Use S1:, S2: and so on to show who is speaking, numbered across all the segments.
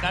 S1: The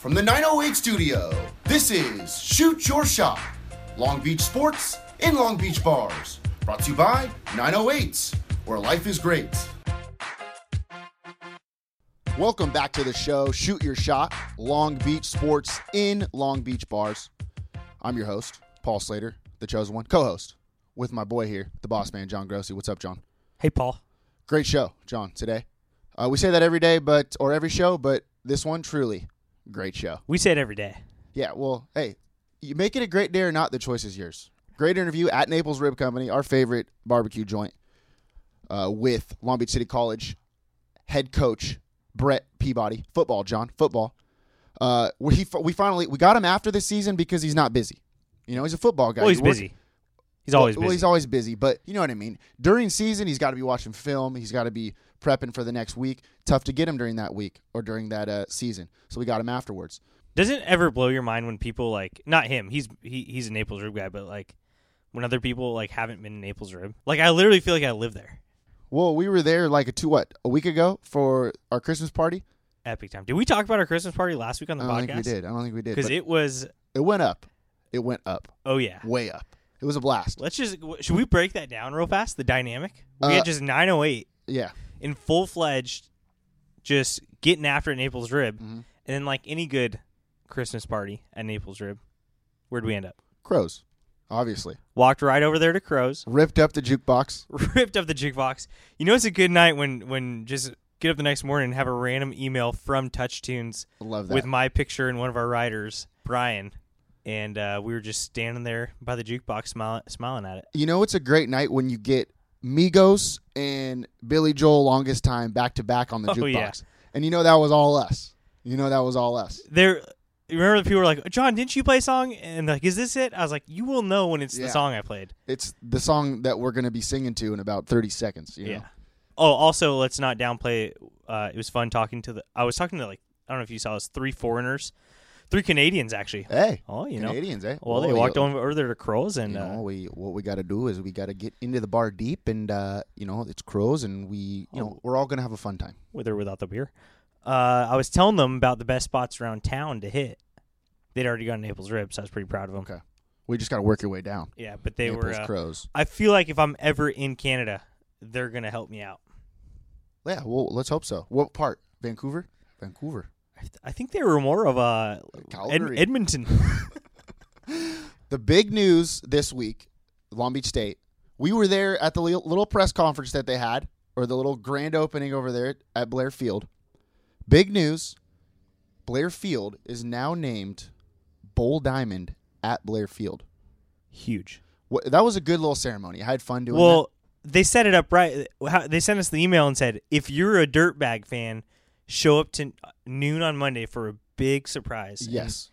S2: from the 908 studio, this is Shoot Your Shot Long Beach Sports in Long Beach Bars. Brought to you by 908s, where life is great. Welcome back to the show, Shoot Your Shot Long Beach Sports in Long Beach Bars. I'm your host, Paul Slater, the chosen one, co host with my boy here, the boss man, John Grossi. What's up, John?
S3: Hey, Paul.
S2: Great show, John, today. Uh, we say that every day, but or every show, but this one truly great show.
S3: We say it every day.
S2: Yeah, well, hey, you make it a great day or not, the choice is yours. Great interview at Naples Rib Company, our favorite barbecue joint, uh, with Long Beach City College head coach Brett Peabody. Football, John, football. Uh, we we finally we got him after this season because he's not busy. You know, he's a football guy.
S3: Well, he's
S2: He works-
S3: busy. He's always
S2: well, well, he's
S3: busy.
S2: always busy, but you know what I mean. During season, he's got to be watching film. He's got to be prepping for the next week. Tough to get him during that week or during that uh, season. So we got him afterwards.
S3: Doesn't it ever blow your mind when people like not him. He's he, he's a Naples rib guy, but like when other people like haven't been to Naples rib. Like I literally feel like I live there.
S2: Well, we were there like a two what a week ago for our Christmas party.
S3: Epic time. Did we talk about our Christmas party last week on
S2: I
S3: the
S2: don't think we
S3: podcast?
S2: did. I don't think we did.
S3: Because
S2: But it,
S3: it was
S2: went up. It went up.
S3: oh yeah.
S2: Way up. It was a blast.
S3: Let's just w- should we break that down real fast? The dynamic. We
S2: Uh,
S3: had just 908
S2: Yeah.
S3: in full fledged, just getting after it at Naples rib,
S2: Mm-hmm.
S3: and then like any good Christmas party at Naples rib, where'd we end up?
S2: Crows. Obviously.
S3: Walked right over there to Crows.
S2: Ripped up the jukebox.
S3: ripped up the jukebox. You know it's a good night when when just get up the next morning and have a random email from Touch Tunes
S2: Love that.
S3: with my picture and one of our writers, Brian, and uh, we were just standing there by the jukebox smiling smiling at it.
S2: you know it's a great night when you get Migos and Billy Joel longest time back to back on the
S3: Oh,
S2: jukebox.
S3: yeah.
S2: And you know that was all us. You know that was all us.
S3: There you remember the people were like, "John, didn't you play a song?" And they're like, "Is this it?" I was like, "You will know when it's
S2: Yeah.
S3: the song I played."
S2: It's the song that we're going to be singing to in about 30 seconds, you know.
S3: Yeah. Oh, also, let's not downplay. Uh, it was fun talking to the. I was talking to like I don't know if you saw this three foreigners, three Canadians actually.
S2: Hey.
S3: Oh, you know
S2: Canadians, eh?
S3: Well, they
S2: Oh,
S3: walked
S2: you-
S3: on over there to Crows and
S2: you
S3: uh,
S2: know, we what we got to do is we got to get into the bar deep, and uh, you know it's crows, and we you
S3: Oh.
S2: know we're all gonna have a fun time.
S3: with or without the beer. Uh, I was telling them about the best spots around town to hit. They'd already gone to Naples Rib, so I was pretty proud of them.
S2: Okay. We just got to work your way down.
S3: Yeah, but they
S2: Naples
S3: were. Uh,
S2: crows.
S3: I feel like if I'm ever in Canada, they're gonna help me out.
S2: Yeah, well, let's hope so. What part? Vancouver. Vancouver.
S3: I th- I think they were more of a Ed-
S2: Calgary.
S3: Edmonton.
S2: The big news this week, Long Beach State. We were there at the li- little press conference that they had, or the little grand opening over there at Blair Field. Big news: Blair Field is now named Bowl Diamond at Blair Field.
S3: Huge.
S2: Wha- That was a good little ceremony. I had fun doing. that.
S3: Well, they set it up right. How, they sent us the email and said, if you're a dirtbag fan, show up to noon on Monday for a big surprise. And,
S2: Yes.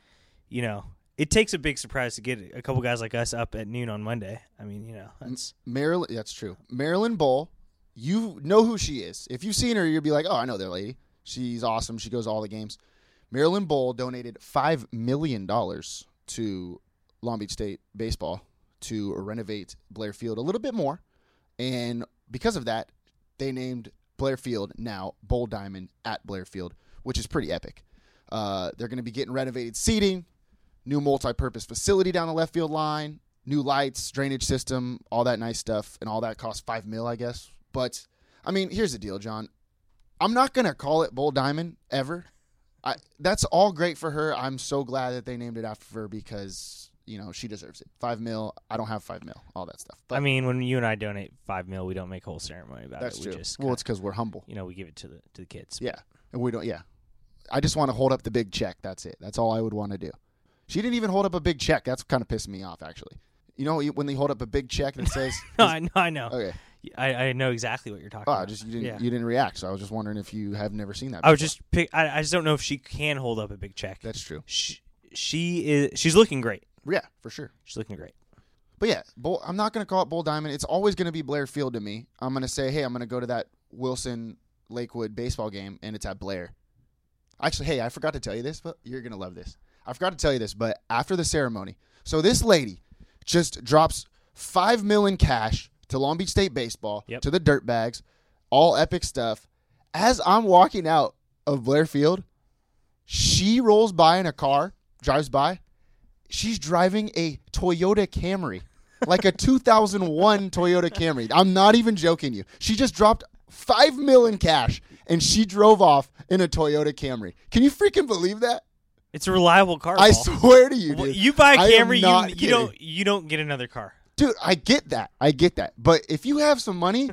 S3: you know, it takes a big surprise to get a couple guys like us up at noon on Monday. I mean, you know,
S2: Mm,
S3: that's
S2: Marilyn, that's true. Marilyn Bull, you know who she is. If you've seen her, you'll be like, oh, I know that lady. She's awesome. She goes to all the games. Marilyn Bull donated $5 million to Long Beach State Baseball to renovate Blair Field a little bit more. And because of that, they named Blair Field now Bowl Diamond at Blair Field, which is pretty epic. Uh, they're going to be getting renovated seating, new multi-purpose facility down the left field line, new lights, drainage system, all that nice stuff, and all that costs five mil, I guess. But I mean, here's the deal, John. I'm not gonna call it Bull Diamond ever. I, that's all great for her. I'm so glad that they named it after her because you know she deserves it. Five mil. I don't have five mil. All that stuff. But
S3: I mean, when you and I donate five mil, we don't make a whole ceremony about
S2: that's
S3: it.
S2: true.
S3: We just
S2: well,
S3: kinda-
S2: it's because we're humble.
S3: you know, we give it to the to the kids.
S2: Yeah, and we don't. Yeah, I just want to hold up the big check. That's it. That's all I would want to do. She didn't even hold up a big check. That's kind of pissing me off, actually. You know when they hold up a big check and it says,
S3: No, I know. I know.
S2: "Okay,
S3: I, I know exactly what you're talking
S2: oh, I
S3: about.
S2: just you didn't
S3: Yeah.
S2: you didn't react." So I was just wondering if you have never seen that.
S3: I was
S2: before.
S3: just pick. I, I just don't know if she can hold up a big check.
S2: That's true.
S3: Sh she is she's looking great.
S2: Yeah, for sure.
S3: She's looking great.
S2: But yeah, Bull, I'm not going to call it Bull Diamond. It's always going to be Blair Field to me. I'm going to say, hey, I'm going to go to that Wilson Lakewood baseball game, and it's at Blair. Actually, hey, I forgot to tell you this, but you're going to love this. I forgot to tell you this, but after the ceremony, so this lady just drops five million cash to Long Beach State baseball,
S3: Yep.
S2: to the dirtbags, all epic stuff. As I'm walking out of Blair Field, she rolls by in a car, drives by. She's driving a Toyota Camry, like a 2001 Toyota Camry. I'm not even joking you. She just dropped five mil in cash and she drove off in a Toyota Camry. Can you freaking believe that?
S3: It's a reliable car.
S2: I
S3: Paul.
S2: swear to you,
S3: Well,
S2: dude.
S3: you buy a
S2: I am
S3: Camry,
S2: not
S3: you, you
S2: kidding.
S3: don't you don't get another car.
S2: Dude, I get that. I get that. But if you have some money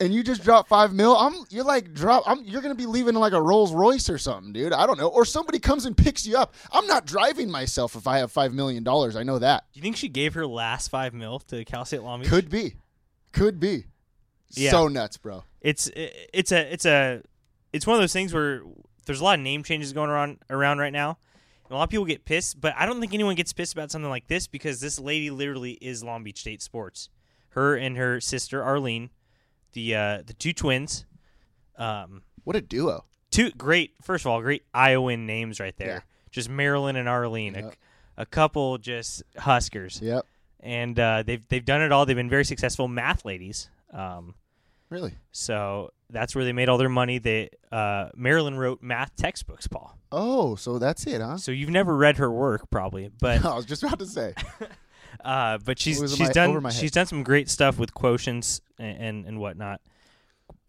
S2: and you just drop five mil, I'm you're like drop I'm you're gonna be leaving in like a Rolls Royce or something, dude. I don't know. Or somebody comes and picks you up. I'm not driving myself if I have five million dollars. I know that.
S3: Do you think she gave her last five mil to Cal State Long Beach?
S2: Could be. Could be.
S3: Yeah.
S2: So nuts, bro.
S3: it's it- it's a it's a it's one of those things where there's a lot of name changes going around around right now. And a lot of people get pissed, but I don't think anyone gets pissed about something like this because this lady literally is Long Beach State sports. Her and her sister Arlene, the uh, the two twins, um,
S2: What a duo.
S3: two great first of all great Iowan names right there.
S2: Yeah.
S3: Just Marilyn and Arlene,
S2: Yep.
S3: a, a couple just Huskers,
S2: Yep.
S3: and uh, they've they've done it all. They've been very successful math ladies. Um,
S2: Really?
S3: so that's where they made all their money. They uh, Marilyn wrote math textbooks, Paul.
S2: Oh, so that's it, huh?
S3: So you've never read her work, probably, but
S2: I was just about to say.
S3: uh, but she's
S2: It was in
S3: she's
S2: my- over
S3: done
S2: my head.
S3: she's done some great stuff with quotients and and, and whatnot.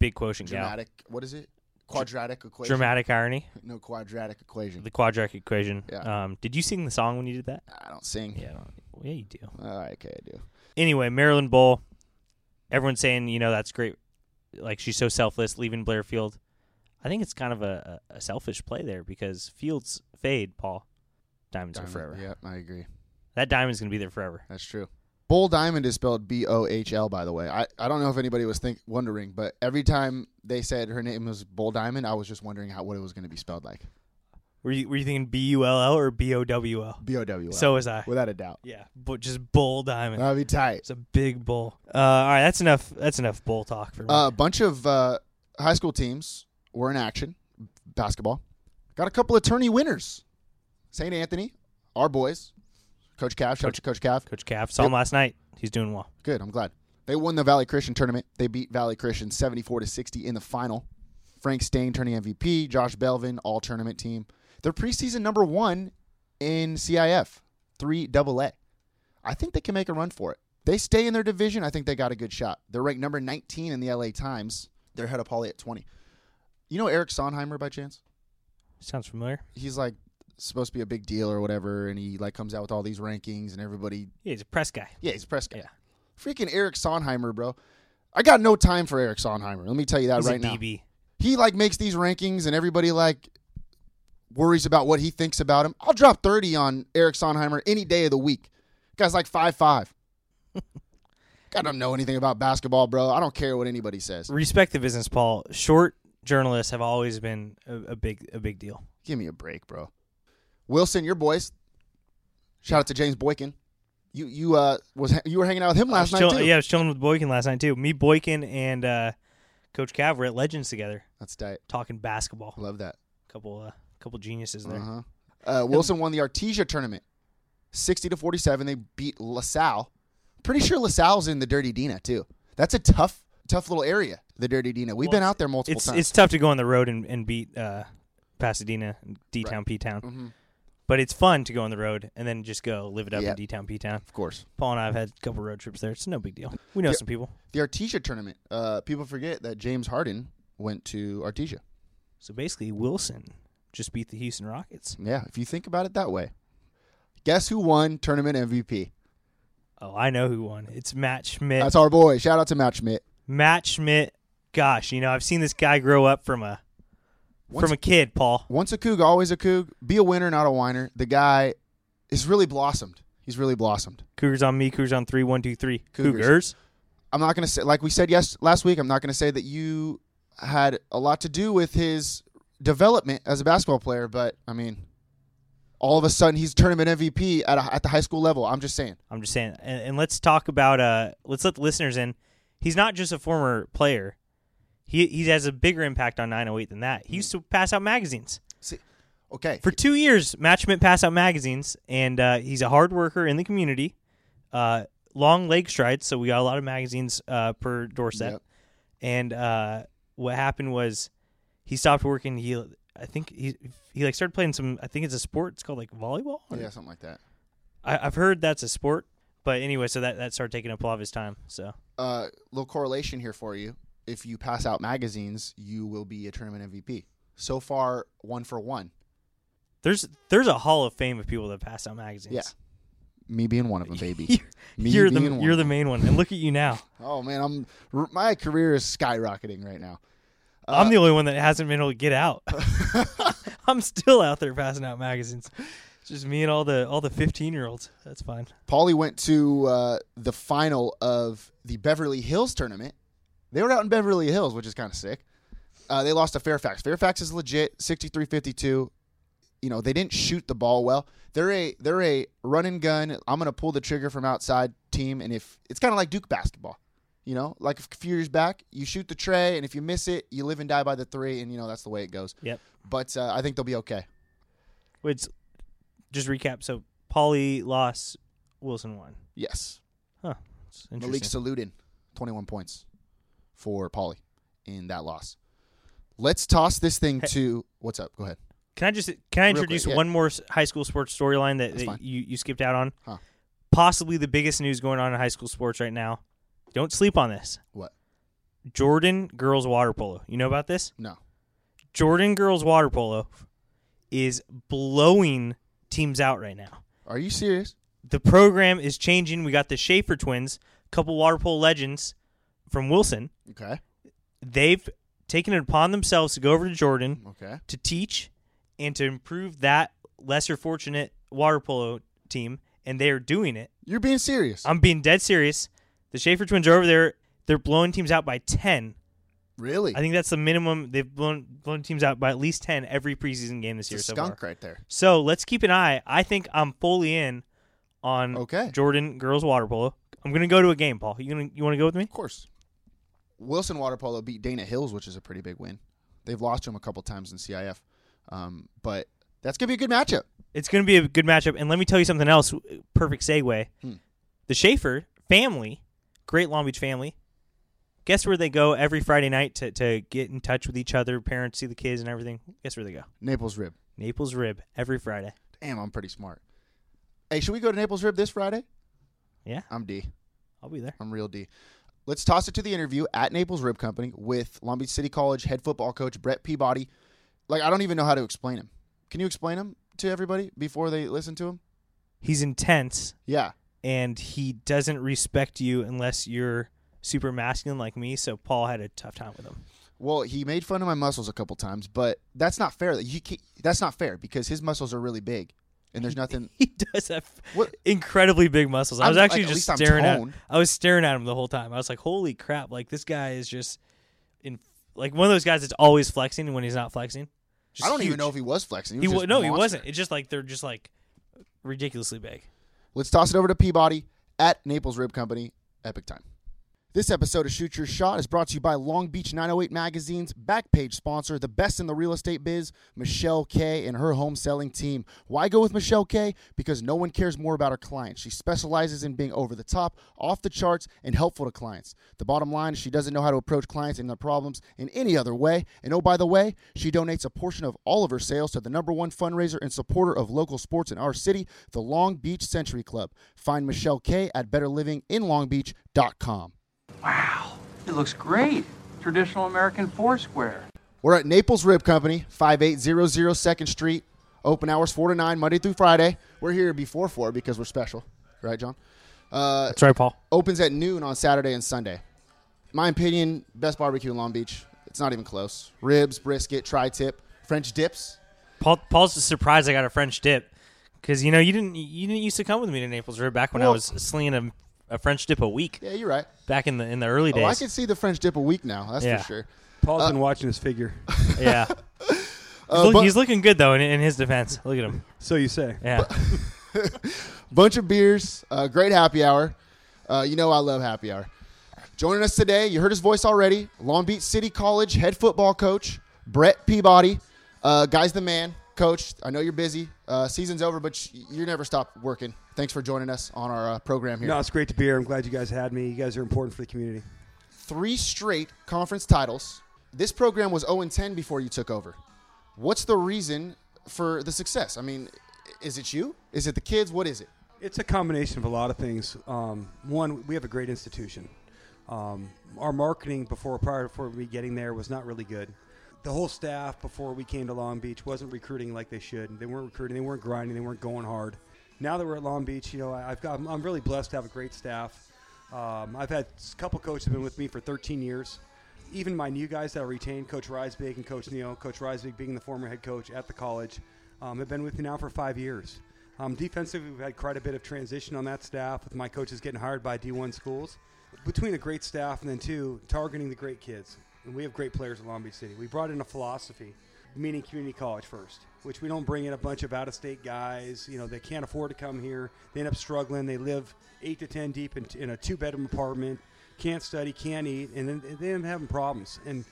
S3: Big quotient gal.
S2: Dramatic what is it? Quadratic equation.
S3: Dramatic irony,
S2: No quadratic equation.
S3: the quadratic equation.
S2: Yeah.
S3: Um, did you sing the song when you did that?
S2: I don't sing.
S3: Yeah, I don't- well, yeah, you do.
S2: All right, okay, I do.
S3: Anyway, Marilyn Bowl. Everyone's saying you know that's great. Like she's so selfless, leaving Blair Field. I think it's kind of a, a a selfish play there because fields fade, Paul. Diamonds are forever.
S2: Yep, I agree.
S3: That diamond's gonna be there forever.
S2: That's true. Bull Diamond is spelled B O H L, by the way. I, I don't know if anybody was think wondering, but every time they said her name was Bull Diamond, I was just wondering how what it was going to be spelled like.
S3: Were you were you thinking B U L L or B O W L?
S2: B O W L.
S3: So was I.
S2: without a doubt,
S3: Yeah, but just bull diamond.
S2: that'd be tight.
S3: it's a big bull. Uh, all right, that's enough. That's enough bull talk for me.
S2: Uh, a bunch of uh, high school teams were in action. Basketball got a couple of tourney winners. St. Anthony, our boys, Coach Calf, shout out to Coach Calf.
S3: Coach Calf saw him last night. He's doing well.
S2: Good. I'm glad. They won the Valley Christian tournament. They beat Valley Christian 74 to 60 in the final. Frank Stain, tourney MVP. Josh Belvin, all tournament team. They're preseason number one in CIF, three double A. I think they can make a run for it. They stay in their division. I think they got a good shot. They're ranked number 19 in the LA Times. They're head of Pauley at 20. You know Eric Sonheimer by chance?
S3: Sounds familiar.
S2: He's like supposed to be a big deal or whatever, and he like comes out with all these rankings, and everybody
S3: Yeah, he's a press guy.
S2: yeah, he's a press guy.
S3: Yeah.
S2: Freaking Eric Sonheimer, bro. I got no time for Eric Sonheimer. Let me tell you that
S3: He's
S2: right
S3: a
S2: now.
S3: DB.
S2: He like makes these rankings and everybody like worries about what he thinks about him. I'll drop 30 on Eric Sonheimer any day of the week. Guy's like five five. I don't know anything about basketball, bro. I don't care what anybody says.
S3: Respect the business, Paul. Short journalists have always been a, a big a big deal.
S2: Give me a break, bro. Wilson, your boys. Shout out to James Boykin. You you uh was you were hanging out with him
S3: I
S2: last
S3: was
S2: night
S3: chill-
S2: too.
S3: Yeah, I was chilling with Boykin last night too. Me, Boykin, and uh, Coach Cav were at Legends together
S2: That's tight.
S3: talking basketball.
S2: Love that.
S3: couple uh, couple geniuses there.
S2: Uh-huh. Uh, Wilson won the Artesia tournament, sixty to forty-seven. They beat LaSalle. Pretty sure LaSalle's in the Dirty Dina too. That's a tough, tough little area. The Dirty Dina. We've been
S3: Well,
S2: out there multiple
S3: it's
S2: times.
S3: it's tough to go on the road and, and beat uh, Pasadena, D Town, P Town.
S2: Mm-hmm.
S3: But it's fun to go on the road and then just go live it up
S2: Yeah.
S3: in D Town, P Town.
S2: of course,
S3: Paul and I have had a couple road trips there. It's no big deal. We know some people.
S2: the Artesia tournament. Uh, people forget that James Harden went to Artesia.
S3: So basically, Wilson just beat the Houston Rockets.
S2: Yeah, if you think about it that way. Guess who won tournament MVP?
S3: Oh, I know who won. It's Matt Schmidt.
S2: That's our boy. Shout out to Matt Schmidt.
S3: Matt Schmidt. Gosh, you know I've seen this guy grow up from a
S2: Once-
S3: from a kid, Paul.
S2: Once a coug, always a coug. Be a winner, not a whiner. The guy is really blossomed. He's really blossomed.
S3: Cougars on me. Cougars on three. One, two, three.
S2: Cougars.
S3: Cougars.
S2: I'm not gonna say like we said yes last week. I'm not gonna say that you had a lot to do with his development as a basketball player, but I mean, all of a sudden he's tournament MVP at, a, at the high school level. I'm just saying.
S3: I'm just saying. And, and let's talk about uh let's let the listeners in. He's not just a former player. He he has a bigger impact on 908 than that. He used to pass out magazines.
S2: See, okay.
S3: For 2 years, Matchman passed out magazines and uh, he's a hard worker in the community. Uh long leg strides, so we got a lot of magazines uh per door set.
S2: Yep.
S3: And uh what happened was he stopped working he I think he he like started playing some I think it's a sport it's called like volleyball or
S2: yeah, something like that.
S3: I, I've heard that's a sport, but anyway, so that that started taking up a lot of his time. So
S2: Uh, little correlation here for you. If you pass out magazines, you will be a tournament MVP. So far, one for one.
S3: there's there's a hall of fame of people that pass out magazines.
S2: Yeah. Me being one of them, baby.
S3: You're,
S2: Me
S3: you're the
S2: being one.
S3: you're the main one, and look at you now.
S2: Oh man, I'm r- my career is skyrocketing right now. Uh,
S3: I'm the only one that hasn't been able to get out. I'm still out there passing out magazines. It's just me and all the all the 15 year olds. That's fine.
S2: Paulie went to uh, the final of the Beverly Hills tournament. They were out in Beverly Hills, which is kind of sick. Uh, they lost to Fairfax. Fairfax is legit, 63-52. You know, they didn't shoot the ball well. They're a they're a run and gun. I'm going to pull the trigger from outside team and if it's kind of like Duke basketball. You know, like a few years back, you shoot the tray and if you miss it, you live and die by the three and you know that's the way it goes.
S3: Yep.
S2: But uh, I think they'll be okay.
S3: Which just recap. So Paulie lost, Wilson won.
S2: Yes.
S3: Huh. It's interesting.
S2: Malik Saludin, 21 points for Pauly in that loss. Let's toss this thing to what's up? Go ahead.
S3: Can I just can I
S2: quick,
S3: introduce
S2: yeah.
S3: one more s- high school sports storyline that,
S2: fine.
S3: that you, you skipped out on?
S2: Huh.
S3: Possibly the biggest news going on in high school sports right now. Don't sleep on this.
S2: What?
S3: Jordan girls water polo. You know about this?
S2: No.
S3: Jordan girls water polo is blowing teams out right now.
S2: Are you serious?
S3: The program is changing. We got the Schaefer twins, couple water polo legends from Wilson.
S2: Okay.
S3: They've taken it upon themselves to go over to Jordan
S2: Okay.
S3: to teach and to improve that lesser fortunate water polo team, and they are doing it.
S2: You're being serious.
S3: I'm being dead serious. The Schaefer twins are over there. They're blowing teams out by ten.
S2: really?
S3: I think that's the minimum. They've blown blown teams out by at least ten every preseason game this year
S2: it's a
S3: so
S2: skunk
S3: far.
S2: right there.
S3: So let's keep an eye. I think I'm fully in on
S2: Okay.
S3: Jordan girls water polo. I'm gonna go to a game, Paul. You gonna you want to go with me?
S2: Of course. Wilson Water Polo beat Dana Hills, which is a pretty big win. They've lost to him a couple times in CIF, um, but that's gonna be a good matchup.
S3: It's going to be a good matchup. And let me tell you something else. Perfect segue. The Schaefer family, great Long Beach family. Guess where they go every Friday night to, to get in touch with each other, parents see the kids and everything? Guess where they go?
S2: Naples Rib.
S3: Naples Rib every Friday.
S2: Damn, I'm pretty smart. Hey, should we go to Naples Rib this Friday?
S3: Yeah,
S2: I'm D.
S3: I'll be there.
S2: I'm real D. Let's toss it to the interview at Naples Rib Company with Long Beach City College head football coach Brett Peabody. Like I don't even know how to explain him. Can you explain him to everybody before they listen to him?
S3: He's intense
S2: Yeah.
S3: and he doesn't respect you unless you're super masculine like me. So Paul had a tough time with him.
S2: Well, he made fun of my muscles a couple times, but that's not fair. You can't, that's not fair because his muscles are really big, and there's nothing.
S3: He does have
S2: What-
S3: incredibly big muscles. I
S2: I'm-
S3: was actually
S2: like, at
S3: just
S2: least I'm
S3: staring at.
S2: toned.
S3: I was staring at him the whole time. I was like, "Holy crap!" Like this guy is just in like one of those guys that's always flexing when he's not flexing. Just
S2: I don't even
S3: huge.
S2: know if he was flexing.
S3: he
S2: was
S3: wa-
S2: just
S3: no, he
S2: monster.
S3: wasn't. It's just like they're just like ridiculously big.
S2: Let's toss it over to Peabody at Naples Rib Company. Epic time. This episode of Shoot Your Shot is brought to you by Long Beach 908 Magazine's backpage sponsor, the best in the real estate biz, Michelle K and her home selling team. Why go with Michelle K? Because no one cares more about her clients. She specializes in being over the top, off the charts, and helpful to clients. The bottom line is she doesn't know how to approach clients and their problems in any other way. And oh, by the way, she donates a portion of all of her sales to the number one fundraiser and supporter of local sports in our city, the Long Beach Century Club. Find Michelle K at betterlivinginlongbeach.com.
S4: It looks great. Traditional American foursquare.
S2: We're at Naples Rib Company, 5800 Second Street. Open hours 4 to 9, Monday through Friday. We're here before 4 because we're special. Right, John?
S3: That's right, Paul.
S2: Opens at noon on Saturday and Sunday. My opinion, best barbecue in Long Beach. It's not even close. Ribs, brisket, tri tip, French dips.
S3: Paul. Paul's surprised I got a French dip because you know you didn't you didn't used to come with me to Naples Rib back when I
S2: Well-
S3: was slinging a, a French dip a week
S2: Yeah, you're right.
S3: back in the in the early
S2: Oh, I
S3: days.
S2: can see the French dip a week now. That's
S3: Yeah.
S2: for sure.
S5: Paul's been watching his figure.
S3: yeah,
S2: Uh,
S3: Look,
S2: bu-
S3: he's looking good though. In, in his defense, look at him.
S5: So you say.
S3: Yeah,
S2: bunch of beers, uh, great happy hour. Uh, you know I love happy hour. Joining us today, you heard his voice already. Long Beach City College head football coach Brett Peabody. Uh, guy's the man, coach. I know you're busy. Uh, season's over, but sh- you never stop working. Thanks for joining us on our uh, program here.
S5: No, it's great to be here. I'm glad you guys had me. You guys are important for the community.
S2: Three straight conference titles. This program was 0 10 before you took over. What's the reason for the success? I mean, i- is it you? Is it the kids? What is it?
S5: It's a combination of a lot of things. Um, one, we have a great institution. Um, our marketing before prior before we getting there was not really good. The whole staff before we came to Long Beach wasn't recruiting like they should. They weren't recruiting. They weren't grinding. They weren't going hard. Now that we're at Long Beach, you know, I- I've got I'm, I'm really blessed to have a great staff. Um, I've had a couple coaches have been with me for 13 years. Even my new guys that I retained, Coach Risebig and Coach Neal, Coach Risebig being the former head coach at the college, um, have been with me now for five years. Um, defensively, we've had quite a bit of transition on that staff with my coaches getting hired by D1 schools. Between a great staff and then, two, targeting the great kids. And we have great players at Long Beach City. We brought in a philosophy, meaning community college first, which we don't bring in a bunch of out of state guys. You know, they can't afford to come here. They end up struggling. They live eight to 10 deep in, in a two bedroom apartment, can't study, can't eat, and then and they end up having problems. And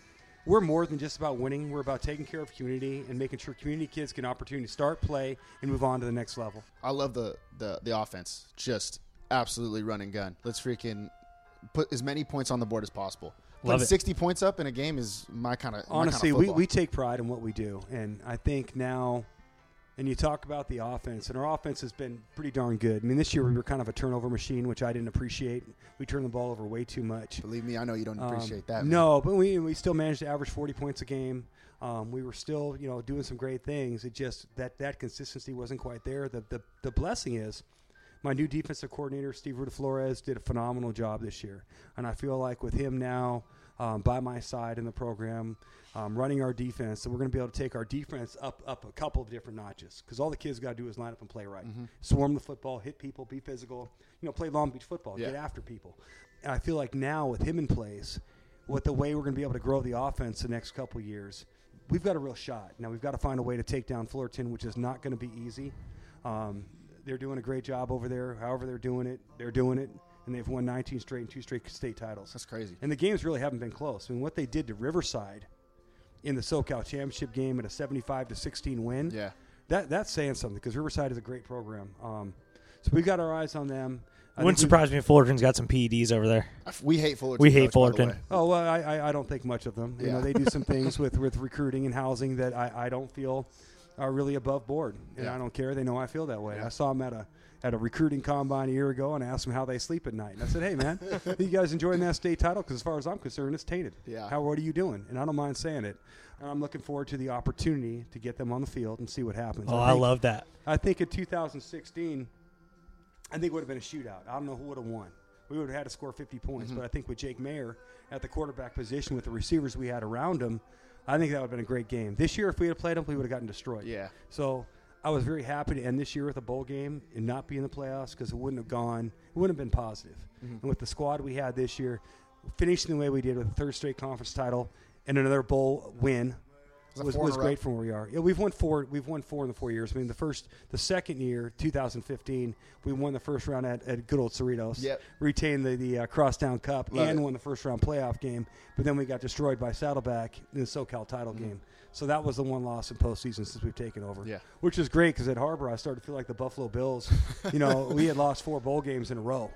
S5: we're more than just about winning. We're about taking care of community and making sure community kids get an opportunity to start, play, and move on to the next level.
S2: I love the the the offense. Just absolutely run and gun. Let's freaking put as many points on the board as possible.
S3: Love
S2: Putting
S3: it.
S2: Sixty points up in a game is my kind of
S5: honestly,
S2: Kind
S5: we, we take pride in what we do, and I think now, and you talk about the offense, and our offense has been pretty darn good. I mean, this year we were kind of a turnover machine, which I didn't appreciate. We turned the ball over way too much.
S2: believe me. I know you don't appreciate
S5: Um,
S2: that. man.
S5: No, but we, we still managed to average 40 points a game. Um, we were still, you know, doing some great things. It just that that consistency wasn't quite there. The the, the blessing is my new defensive coordinator, Steve Ruta Flores, did a phenomenal job this year, and I feel like with him now um, by my side in the program, um, running our defense, so we're going to be able to take our defense up up a couple of different notches because all the kids got to do is line up and play right,
S2: Mm-hmm.
S5: swarm the football, hit people, be physical, you know, play Long Beach football,
S2: Yeah.
S5: get after people. And I feel like now with him in place, with the way we're going to be able to grow the offense the next couple of years, we've got a real shot. Now we've got to find a way to take down Fullerton, which is not going to be easy. Um, they're doing a great job over there. However, they're doing it, they're doing it, and they've won 19 straight and two straight state titles.
S2: That's crazy.
S5: And the games really haven't been close. I mean, what they did to Riverside in the SoCal Championship game at a 75 to 16 win.
S2: Yeah.
S5: That that's saying something because Riverside is a great program. Um, so we've got our eyes on them. I
S3: wouldn't
S5: think we-
S3: surprise me if Fullerton's got some PEDs over there.
S2: I f- we hate Fullerton.
S3: We
S2: coach, by
S3: hate
S2: the
S3: Fullerton.
S2: way.
S5: Oh well, I, I, I don't think much of them. You
S2: Yeah.
S5: know, they do some things with, with recruiting and housing that I, I don't feel are really above board, and
S2: Yeah.
S5: I don't care. They know I feel that way. I saw them at a at a recruiting combine a year ago, and I asked them how they sleep at night. And I said, "Hey, man, you guys enjoying that state title? Because as far as I'm concerned, it's tainted.
S2: Yeah.
S5: How what are you doing? And I don't mind saying it. And I'm looking forward to the opportunity to get them on the field and see what happens.
S3: Oh, I
S5: think-
S3: love that.
S5: I think in 2016, I think it would have been a shootout. I don't know who would have won. We would have had to score 50 points,
S2: Mm-hmm.
S5: but I think with Jake Mayer at the quarterback position with the receivers we had around him, I think that would have been a great game. This year, if we had played him, we would have gotten destroyed.
S2: Yeah.
S5: So I was very happy to end this year with a bowl game and not be in the playoffs because it wouldn't have gone, it wouldn't have been positive.
S2: Mm-hmm.
S5: And with the squad we had this year, finishing the way we did with a third straight conference title and another bowl win
S2: that
S5: was,
S2: four in
S5: was
S2: a row?
S5: great from where we are. Yeah, we've won four. We've won four in the four years. I mean, the first, the second year, 2015, we won the first round at, at good old Cerritos.
S2: Yep.
S5: Retained the the uh, Crosstown Cup
S2: Love
S5: and
S2: it.
S5: won the first round playoff game. But then we got destroyed by Saddleback in the SoCal title game. So that was the one loss in postseason since we've taken over.
S2: Mm-hmm. Yeah.
S5: Which is great because at Harbor, I started to feel like the Buffalo Bills. You know, we had lost four bowl games in a row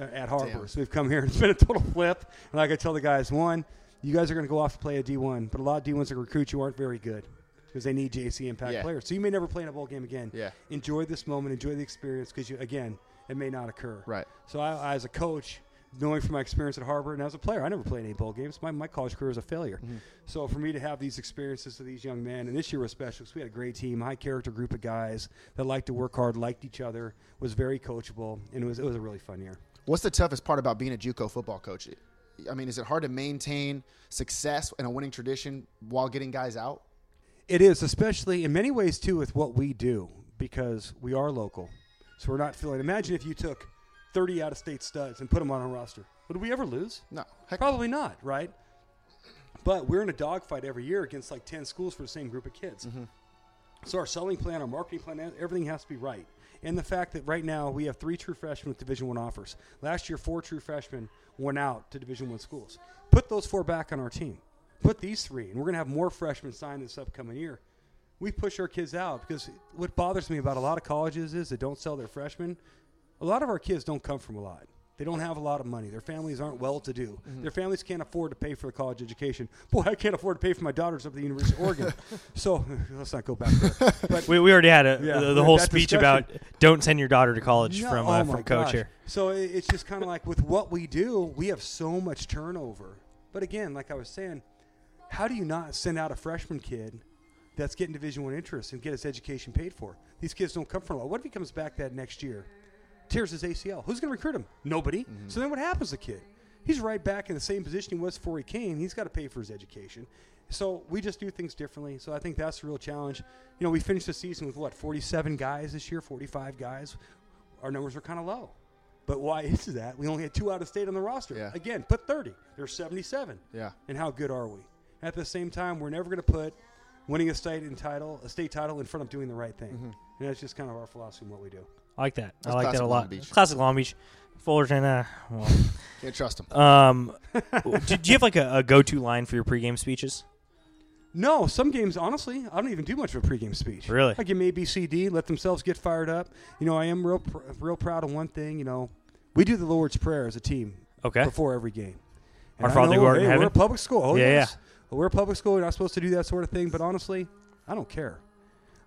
S5: uh, at Harbor.
S2: Damn.
S5: So we've come here and it's been a total flip. And like I tell the guys, one, you guys are going to go off to play a D1, but a lot of D1s that recruit you aren't very good because they need JC impact
S2: Yeah.
S5: players. So you may never play in a bowl game again.
S2: Yeah.
S5: Enjoy this moment, enjoy the experience because you again, it may not occur.
S2: Right.
S5: So I, I as a coach, knowing from my experience at Harvard and as a player, I never played any bowl games. My, my college career was a failure.
S2: Mm-hmm.
S5: So for me to have these experiences with these young men, and this year was special because we had a great team, high character group of guys that liked to work hard, liked each other, was very coachable, and it was it was a really fun year.
S2: What's the toughest part about being a JUCO football coach? I mean, is it hard to maintain success and a winning tradition while getting guys out?
S5: It is, especially in many ways too, with what we do because we are local. So we're not feeling. Imagine if you took 30 out of state studs and put them on a roster. Would we ever lose?
S2: No. Heck,
S5: Probably not, right? But we're in a dogfight every year against like 10 schools for the same group of kids.
S2: Mm-hmm.
S5: So our selling plan, our marketing plan, everything has to be right. And the fact that right now we have three true freshmen with Division One offers. Last year, four true freshmen went out to Division One schools. Put those four back on our team. Put these three, and we're going to have more freshmen sign this upcoming year. We push our kids out because what bothers me about a lot of colleges is that don't sell their freshmen. A lot of our kids don't come from a lot. They don't have a lot of money. Their families aren't well to do.
S3: Mm-hmm.
S5: Their families can't afford to pay for a college education. Boy, I can't afford to pay for my daughters up at the University of Oregon. so let's not go back there. But
S3: We, we already had a,
S5: Yeah,
S3: the,
S5: we
S3: the
S5: had
S3: whole
S5: that
S3: speech about
S5: discussion.
S3: don't send your daughter to college
S5: No,
S3: from
S5: oh
S3: uh,
S5: my
S3: from coach
S5: gosh.
S3: here.
S5: So i- it's just kind of like with what we do, we have so much turnover. But again, like I was saying, how do you not send out a freshman kid that's getting Division One interest and get his education paid for? These kids don't come from a lot. What if he comes back that next year, tears his ACL? Who's going to recruit him? Nobody. So then what happens to the kid? He's right back in the same position he was before he came. He's got to pay for his education. So we just do things differently. So I think that's the real challenge. You know, we finished the season with what, 47 guys this year, 45 guys our numbers are kind of low. But why is that? We only had two out of state on the roster.
S2: Yeah.
S5: Again, put 30. There's 77.
S2: Yeah.
S5: And how good are we? At the same time, we're never going to put winning a state in title, a state title, in front of doing the right thing.
S3: Mm-hmm.
S5: And that's just kind of our philosophy and what we do.
S3: I like that.
S2: That's
S3: I like that
S2: classic
S3: a
S2: Long
S3: lot.
S2: Beach.
S3: Classic Long Beach, Fullerton. Uh, well.
S2: Can't trust them.
S3: Um, do, do you have like a, a go-to line for your pregame speeches?
S5: No, some games, honestly, I don't even do much of a pregame speech.
S3: Really?
S5: I give them A, B, C, D, let themselves get fired up. You know, I am real, pr- real proud of one thing. You know, we do the Lord's Prayer as a team
S3: Okay.
S5: before every game. And
S3: Our
S5: I
S3: Father
S5: know,
S3: who art in
S5: hey,
S3: heaven.
S5: We're a public school. Oh,
S3: Yeah,
S5: yes. We're a public school. We're not supposed to do that sort of thing. But honestly, I don't care.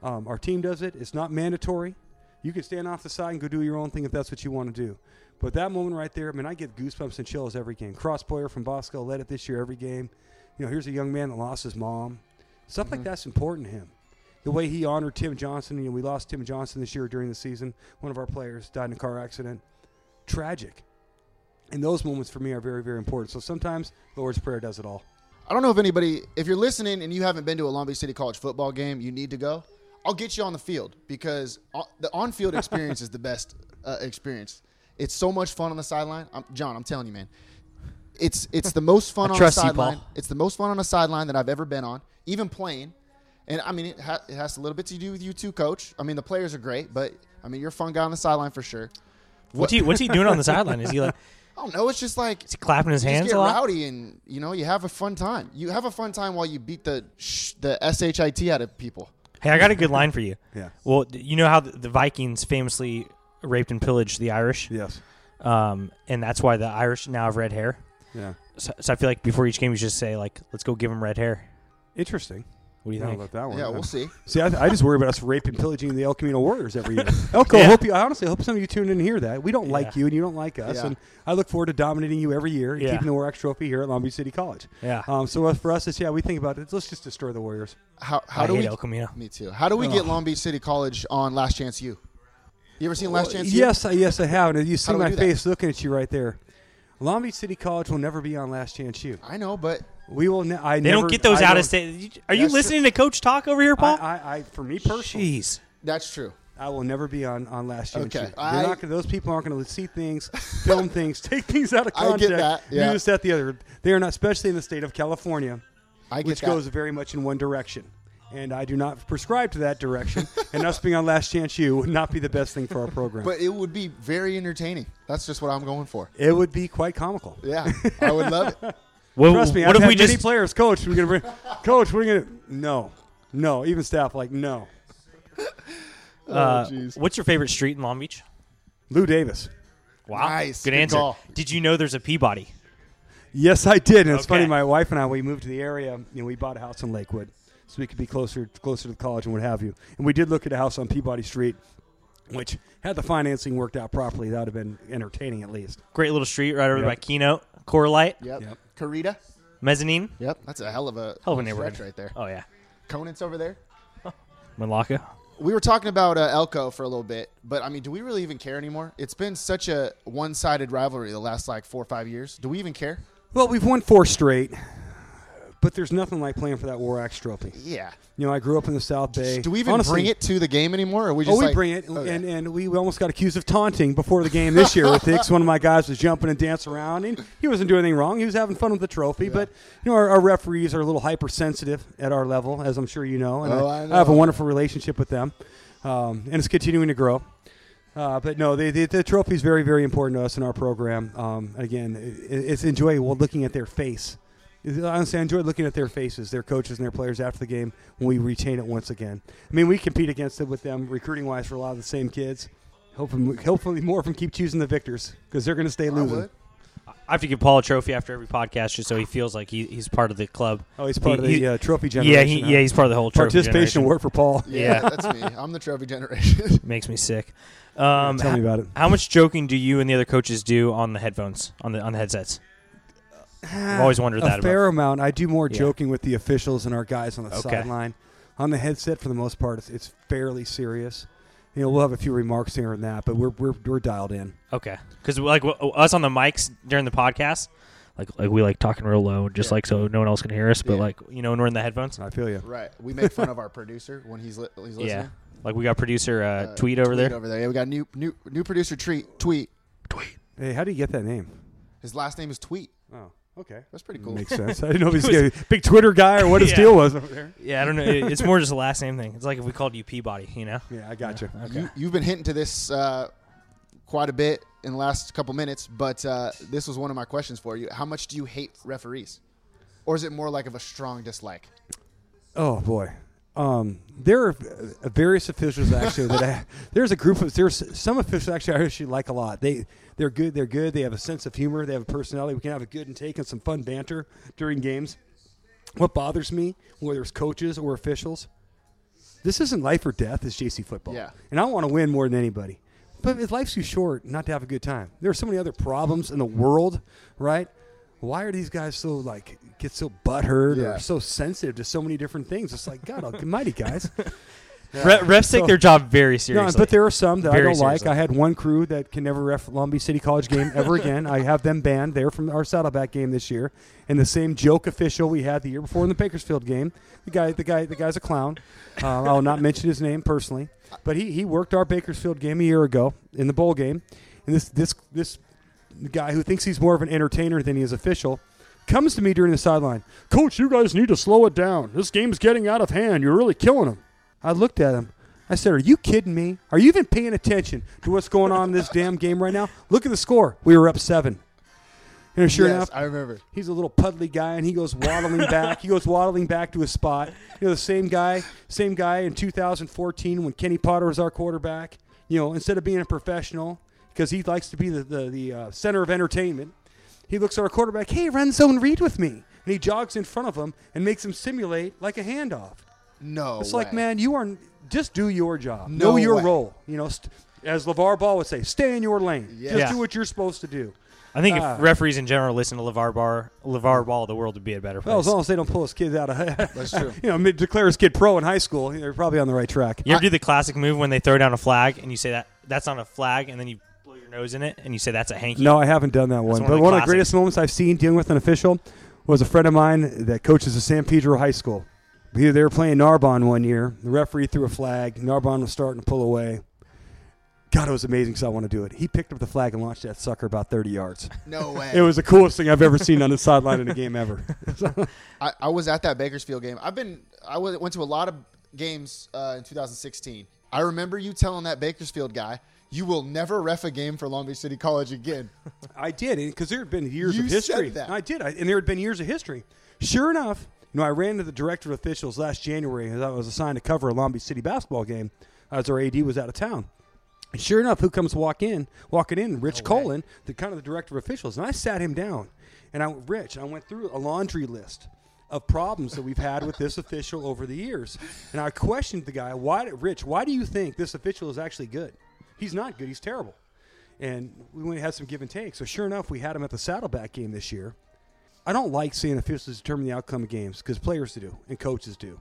S5: Um, our team does it. It's not mandatory. You can stand off the side and go do your own thing if that's what you want to do. But that moment right there, I mean, I get goosebumps and chills every game. Cross player from Bosco led it this year every game. You know, here's a young man that lost his mom. Stuff
S3: Mm-hmm.
S5: like that's important to him. The way he honored Tim Johnson, you know, we lost Tim Johnson this year during the season. One of our players died in a car accident. Tragic. And those moments for me are very, very important. So sometimes Lord's Prayer does it all.
S2: I don't know if anybody, if you're listening and you haven't been to a Long Beach City College football game, you need to go. I'll get you on the field because o- the on-field experience is the best uh, experience. It's so much fun on the sideline. I'm, John, I'm telling you, man, it's it's the most fun on a
S3: trust you,
S2: sideline.
S3: Paul.
S2: It's the most fun on a sideline that I've ever been on, even playing. And I mean, it, ha- it has a little bit to do with you too, Coach. I mean, the players are great, but I mean, you're a fun guy on the sideline for sure.
S3: What's he What's he doing on the sideline? Is he like
S2: I don't know. It's just like
S3: is he clapping his
S2: you
S3: hands
S2: just get
S3: a lot?
S2: rowdy and you know you have a fun time. You have a fun time while you beat the sh- the shit out of people.
S3: Hey, I got a good line for you.
S5: Yeah.
S3: Well, d- you know how the, the Vikings famously raped and pillaged the Irish,
S5: Yes.
S3: um, and that's why the Irish now have red hair.
S5: Yeah.
S3: So, so I feel like before each game, you should say like, "Let's go give them red hair."
S5: Interesting.
S3: What do you
S5: Yeah, I
S3: think?
S5: love that one.
S2: Yeah, we'll see.
S5: See, I, I just worry about us raping, pillaging the El Camino Warriors every year. Elko,
S3: Yeah.
S5: I hope you. I honestly hope some of you tuned in and hear that. We don't like
S3: Yeah.
S5: you, and you don't like us.
S2: Yeah.
S5: And I look forward to dominating you every year and
S3: Yeah.
S5: keeping the Warx Trophy here at Long Beach City College.
S3: Yeah.
S5: Um, so uh, for us, it's yeah, we think about it. Let's just destroy the Warriors.
S2: How how
S3: I
S2: do
S3: hate
S2: we?
S3: El Camino.
S2: Me too. How do we get Long Beach City College on Last Chance U? You ever seen Last Chance U?
S5: Yes, I, yes, I have. And you see
S2: do we
S5: my
S2: do that?
S5: face looking at you right there. Long Beach City College will never be on Last Chance U.
S2: I know, but
S5: We will. Ne- I
S3: They
S5: never,
S3: don't get those
S5: I
S3: out
S5: don't-
S3: of state. Are you
S2: That's true.
S3: listening to Coach talk over here,
S5: I,
S3: Paul?
S5: I, I, for me personally,
S3: Jeez.
S2: that's true.
S5: I will never be on on last year.
S2: Okay,
S5: They're
S2: I-
S5: not gonna, those people aren't going to see things, film things, take things out of
S2: I get
S5: context.
S2: that, yeah.
S5: Do this, that, the other. They are not, especially in the state of California,
S2: I get
S5: which
S2: that.
S5: goes very much in one direction. And I do not prescribe to that direction. and us being on Last Chance U would not be the best thing for our program.
S2: but it would be very entertaining. That's just what I'm going for.
S5: it would be quite comical.
S2: Yeah, I would love
S3: Uh,
S2: it.
S3: What,
S5: Trust me.
S3: what
S5: I've
S3: if
S5: had
S3: we
S5: many
S3: just
S5: players, coach? We're gonna bring, coach. We're gonna no, no. Even staff like no.
S3: Uh,
S2: Oh, jeez.
S3: what's your favorite street in Long Beach?
S5: Lou Davis.
S3: Wow,
S2: Nice.
S3: good,
S2: Good
S3: answer.
S2: call.
S3: Did you know there's a Peabody?
S5: Yes, I did. And it's
S3: Okay.
S5: funny. My wife and I, we moved to the area. You know, we bought a house in Lakewood, so we could be closer, closer to the college and what have you. And we did look at a house on Peabody Street, which had the financing worked out properly, that would have been entertaining at least.
S3: Great little street right over
S5: Yep.
S3: by Keynote, Core Light,
S2: Yep.
S5: Yep.
S2: Carita.
S3: Mezzanine.
S2: Yep. That's a hell of a
S3: Hell of a
S2: stretch
S3: neighborhood
S2: right there.
S3: Oh yeah,
S2: Conant's over there.
S3: Malacca.
S2: we were talking about uh, Elko for a little bit, but I mean, do we really even care anymore? It's been such a one-sided rivalry the last like four or five years. Do we even care?
S5: Well, we've won four straight. But there's nothing like playing for that War Axe trophy.
S2: Yeah.
S5: You know, I grew up in the South Bay.
S2: Do we even
S5: Honestly,
S2: bring it to the game anymore? Or are we just
S5: Oh, we
S2: like-
S5: bring it,
S2: Okay.
S5: and, and we almost got accused of taunting before the game this year with Hicks. One of my guys was jumping and dancing around, and he wasn't doing anything wrong. He was having fun with the trophy, but you know our, our referees are a little hypersensitive at our level, as I'm sure you know. And
S2: Oh, I
S5: have a
S2: know.
S5: wonderful relationship with them, um, and it's continuing to grow. Uh, but no, the, the, the trophy is very, very important to us in our program. Um, again, i it's enjoyable looking at their face. Honestly, I enjoy looking at their faces, their coaches and their players after the game when we retain it once again. I mean, we compete against it with them recruiting wise for a lot of the same kids. Hopefully, hopefully more of them keep choosing the victors because they're going to stay losing.
S2: would.
S3: I have to give Paul a trophy after every podcast just so he feels like he, he's part of the club.
S5: Oh, he's part of the
S3: He- he-
S5: uh, trophy generation.
S3: Yeah, he,
S5: huh?
S3: yeah, he's part of the whole trophy
S5: Participation
S3: generation.
S5: award for Paul.
S2: Yeah, that's me. I'm the trophy generation.
S3: makes me sick. Um,
S5: Tell me about it.
S3: How much joking do you and the other coaches do on the headphones on the on the headsets? I've always wondered that.
S5: a
S3: about-
S5: fair amount. I do more
S3: Yeah.
S5: joking with the officials and our guys on the
S3: Okay.
S5: sideline. On the headset, for the most part, it's, it's fairly serious. You know, we'll have a few remarks here and that, but we're we're, we're dialed in.
S3: Okay, because like w- us on the mics during the podcast, like like we like talking real low, just like so no one else can hear us. But
S2: Yeah.
S3: like you know when we're in the headphones,
S5: I feel you.
S2: right. We make fun of our producer when he's, li- when he's listening.
S3: yeah, like we got producer uh,
S2: Uh,
S3: tweet over there.
S2: Over there. Yeah, we got new new new producer treat tweet.
S5: Hey, how do you get that name?
S2: His last name is Tweet.
S5: Oh, okay,
S2: That's pretty cool.
S5: makes sense. I didn't know if he's a big Twitter guy or what his
S3: Yeah.
S5: deal was over there.
S3: Yeah, I don't know. it- It's more just a last name thing. It's like if we called you Peabody, you know.
S5: Yeah, I got you.
S2: You, you've been hinting to this uh, quite a bit in the last couple minutes, but uh, this was one of my questions for you. How much do you hate referees, or is it more like of a strong dislike?
S5: Oh boy, um, there are uh, various officials actually that I, there's a group of there's some officials actually I actually like a lot. They they're good. They're good. They have a sense of humor. They have a personality. We can have a good and take and some fun banter during games. What bothers me, whether it's coaches or officials, this isn't life or death. It's JC football.
S2: Yeah.
S5: and I want to win more than anybody. But if life's too short not to have a good time. There are so many other problems in the world, right? Why are these guys so like get so butthurt
S2: Yeah.
S5: or so sensitive to so many different things? It's like God Almighty, guys.
S3: Re- refs take
S5: So-
S3: their job very
S5: No,
S3: seriously.
S5: but there are some that I
S3: Very
S5: don't like.
S3: seriously.
S5: I had one crew that can never ref Long Beach City College game ever again. I have them banned. They're from our Saddleback game this year, and the same joke official we had the year before in the Bakersfield game. The guy, the guy, the guy's a clown. Um, I will not mention his name personally, but he he worked our Bakersfield game a year ago in the bowl game, and this this this guy who thinks he's more of an entertainer than he is official. Comes to me during the sideline, Coach. You guys need to slow it down. This game's getting out of hand. You're really killing him. I looked at him. I said, Are you kidding me? Are you even paying attention to what's going on in this damn game right now? Look at the score. We were up seven. And sure
S2: yes,
S5: enough,
S2: I remember.
S5: he's a little puddly guy and he goes waddling back. He goes waddling back to his spot. You know, the same guy, same guy in 2014 when Kenny Potter was our quarterback. You know, instead of being a professional, because he likes to be the, the, the uh, center of entertainment, he looks at our quarterback, hey, run zone read with me. And he jogs in front of him and makes him simulate like a handoff.
S2: No,
S5: It's like,
S2: way.
S5: man, you are just do your job,
S2: No
S5: know your
S2: way.
S5: role. You know, st- as LeVar Ball would say, stay in your lane. Just
S3: Yeah.
S5: do what you're supposed to do.
S3: I think
S5: Ah.
S3: if referees in general listen to LeVar Bar, LeVar Ball, the world would be a better place.
S5: Well, Oh, as long as they don't pull his kid out of, that's
S2: true.
S5: you know, mid- declare his kid pro in high school, they're probably on the right track.
S3: you ever do the classic move when they throw down a flag and you say that that's not a flag, and then you blow your nose in it and you say that's a hanky?
S5: No, I haven't done that one.
S3: one of
S5: but
S3: the
S5: one of the
S3: classics.
S5: greatest moments I've seen dealing with an official was a friend of mine that coaches at San Pedro High School. He- They were playing Narbonne one year. The referee threw a flag. Narbonne was starting to pull away. God, it was amazing because I want to do it. He picked up the flag and launched that sucker about 30 yards.
S2: no way.
S5: It was the coolest thing I've ever seen on the sideline in a game ever.
S2: I, I was at that Bakersfield game. I've been I was, went to a lot of games uh, in 2016. I remember you telling that Bakersfield guy, "You will never ref a game for Long Beach City College again."
S5: I did because there had been years
S2: You
S5: of history.
S2: said that.
S5: I did, I, and there had been years of history. Sure enough, you know, I ran to the director of officials last January as I was assigned to cover a Long Beach City basketball game, as our AD was out of town. And sure enough, who comes walk in, walking in? Rich Colin, the kind of the director of officials, and I sat him down, and I Rich, I went through a laundry list of problems that we've had with this official over the years, and I questioned the guy, why, Rich, why do you think this official is actually good? He's not good. He's terrible and we went and had some give and take. So sure enough, we had him at the Saddleback game this year. I don't like seeing officials determine the outcome of games because players do and coaches do.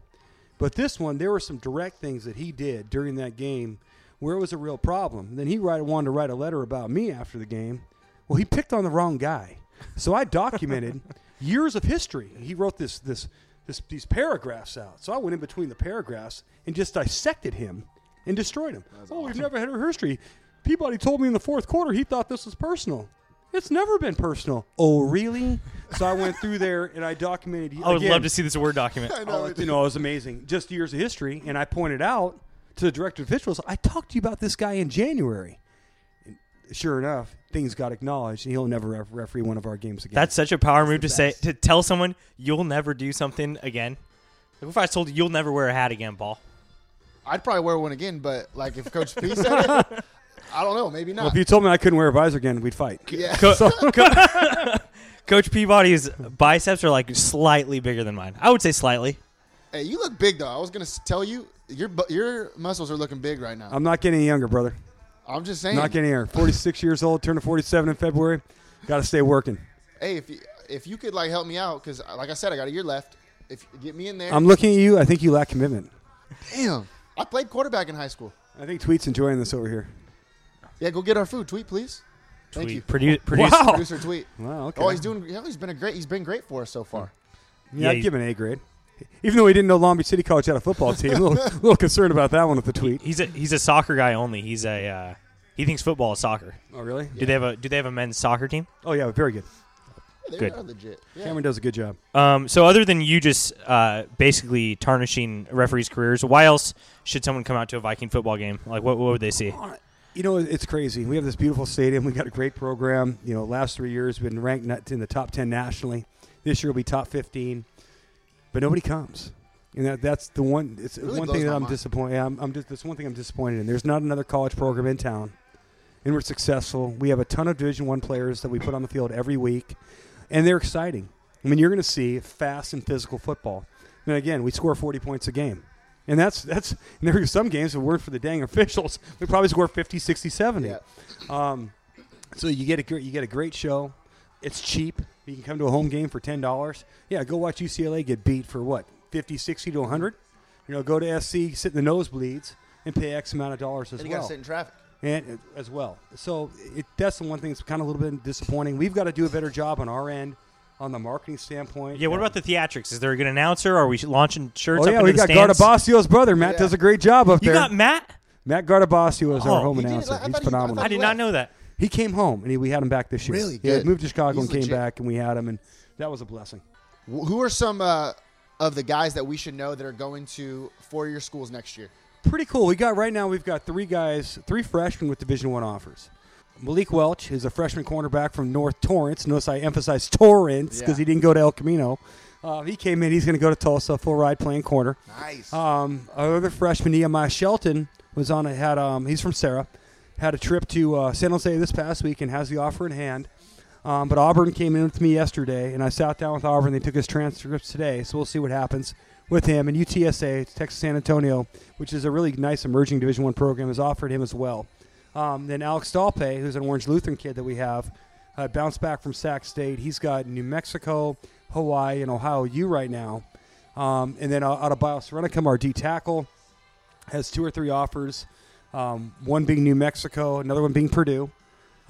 S5: But this one, there were some direct things that he did during that game where it was a real problem. then he write, wanted to write a letter about me after the game. Well, he picked on the wrong guy. So I documented years of history. He wrote this this this these paragraphs out. So I went in between the paragraphs and just dissected him and destroyed him. Oh, we've never had a history. Peabody told me in the fourth quarter he thought this was personal. It's never been personal. Oh, really? So I went through there and I documented.
S3: I would
S5: again,
S3: love to see this Word document.
S5: Oh, you know, it was amazing. Just years of history, and I pointed out to the director of officials, I talked to you about this guy in January. And sure enough, things got acknowledged, and he'll never ref- referee one of our games again.
S3: That's such a power move to say to tell someone you'll never do something again. Like if I told you you'll never wear a hat again, Paul.
S2: I'd probably wear one again, but like if Coach P said it, I don't know. Maybe
S5: Well,
S2: not.
S5: if you told me I couldn't wear a visor again, we'd fight.
S2: yeah.
S3: Coach Peabody's biceps are like slightly bigger than mine. I would say slightly.
S2: Hey, you look big though. I was gonna s- tell you your bu- your muscles are looking big right now. I'm,
S5: I'm not getting any younger, brother.
S2: just saying.
S5: Not getting younger. 46 years old, turning 47 in February. Got to stay working.
S2: hey, if you, if you could like help me out, because like I said, I got a year left. If get me in there,
S5: I'm looking at you. I think you lack commitment.
S2: damn. I played quarterback in high school.
S5: I think Tweet's enjoying this over here.
S2: Yeah, go get our food. Tweet, please. Thank you,
S3: Produ- produce.
S5: Wow.
S2: producer. Tweet.
S5: Wow, okay. Hmm.
S2: Oh, he's doing. yeah, he's been a great. He's been great for us so far.
S5: Yeah,
S3: Yeah,
S5: I'd give him an A grade. Even though he didn't know Long Beach City College had a football team, a little, little concerned about that one with the tweet.
S3: He's a he's a soccer guy only. He's a uh, he thinks football is soccer.
S5: Oh, really?
S3: Do they have a do they have a men's soccer team?
S5: Oh, yeah, very good.
S2: Yeah, they
S3: Good.
S2: are legit. Yeah.
S5: Cameron does a good job.
S3: Um, so other than you just uh, basically tarnishing referees' careers, why else should someone come out to a Viking football game? Like what, what would they see?
S5: You know, it's crazy. We have this beautiful stadium. We got a great program. You know, last three years we've been ranked nut- in the top ten nationally. This year will be top fifteen, but nobody comes. And that, that's the one. It's
S2: Really
S5: one
S2: blows
S5: thing that
S2: my
S5: I'm
S2: mind.
S5: disappointed. I'm, I'm just, that's one thing I'm disappointed in. There's not another college program in town, and we're successful. We have a ton of Division One players that we put on the field every week, and they're exciting. I mean, you're going to see fast and physical football. And again, we score 40 points a game. And that's that's and there are some games that weren't for the dang officials. We probably score 50, 60, 70.
S2: Yeah.
S5: So you get a great, you get a great show. It's cheap. You can come to a home game for ten dollars. Yeah, go watch UCLA get beat for what 50, 60 to hundred. You know, go to SC, sit in the nosebleeds, and pay X amount of dollars as
S2: And you gotta
S5: well.
S2: sit in traffic.
S5: and uh, as well. So it, that's the one thing that's kind of a little bit disappointing. We've got to do a better job on our end, on the marketing standpoint.
S3: Yeah, what about the theatrics? Is there a good announcer? Are we launching shirts?
S5: Oh
S3: up
S5: yeah,
S3: into
S5: we
S3: the
S5: got
S3: stands?
S5: Gardabasio's brother. Matt
S2: Yeah.
S5: does a great job up
S3: You
S5: there.
S3: got Matt?
S5: Matt Gardabasio is
S3: Oh,
S5: our home
S2: he did it.
S5: announcer.
S2: I thought
S5: He's
S2: he- I
S5: phenomenal.
S2: thought
S3: I did not know that.
S5: He came home and he, we had him back this year.
S2: Really
S5: Yeah,
S2: good.
S5: he moved to Chicago
S2: He's
S5: and came
S2: legit.
S5: back, and we had him, and that was a blessing.
S2: Wh- Who are some uh, of the guys that we should know that are going to four-year schools next year?
S5: Pretty cool. We got right now. We've got three guys, three freshmen with Division One offers. Malik Welch is a freshman cornerback from North Torrance. Notice I emphasize Torrance because
S2: Yeah.
S5: he didn't go to El Camino. Uh, he came in. He's going to go to Tulsa, full ride playing corner.
S2: Nice.
S5: Um, our other freshman Nehemiah Shelton was on a had um, he's from Sarah, had a trip to uh, San Jose this past week and has the offer in hand. Um, but Auburn came in with me yesterday, and I sat down with Auburn. They took his transcripts today, so we'll see what happens with him. And UTSA, Texas San Antonio, which is a really nice emerging Division One program, has offered him as well. Um, then Alex Dalpe, who's an Orange Lutheran kid that we have, uh, bounced back from Sac State. He's got New Mexico, Hawaii, and Ohio U right now. Um, and then out of Bioserenicum, our D tackle has two or three offers. Um, one being New Mexico, another one being Purdue.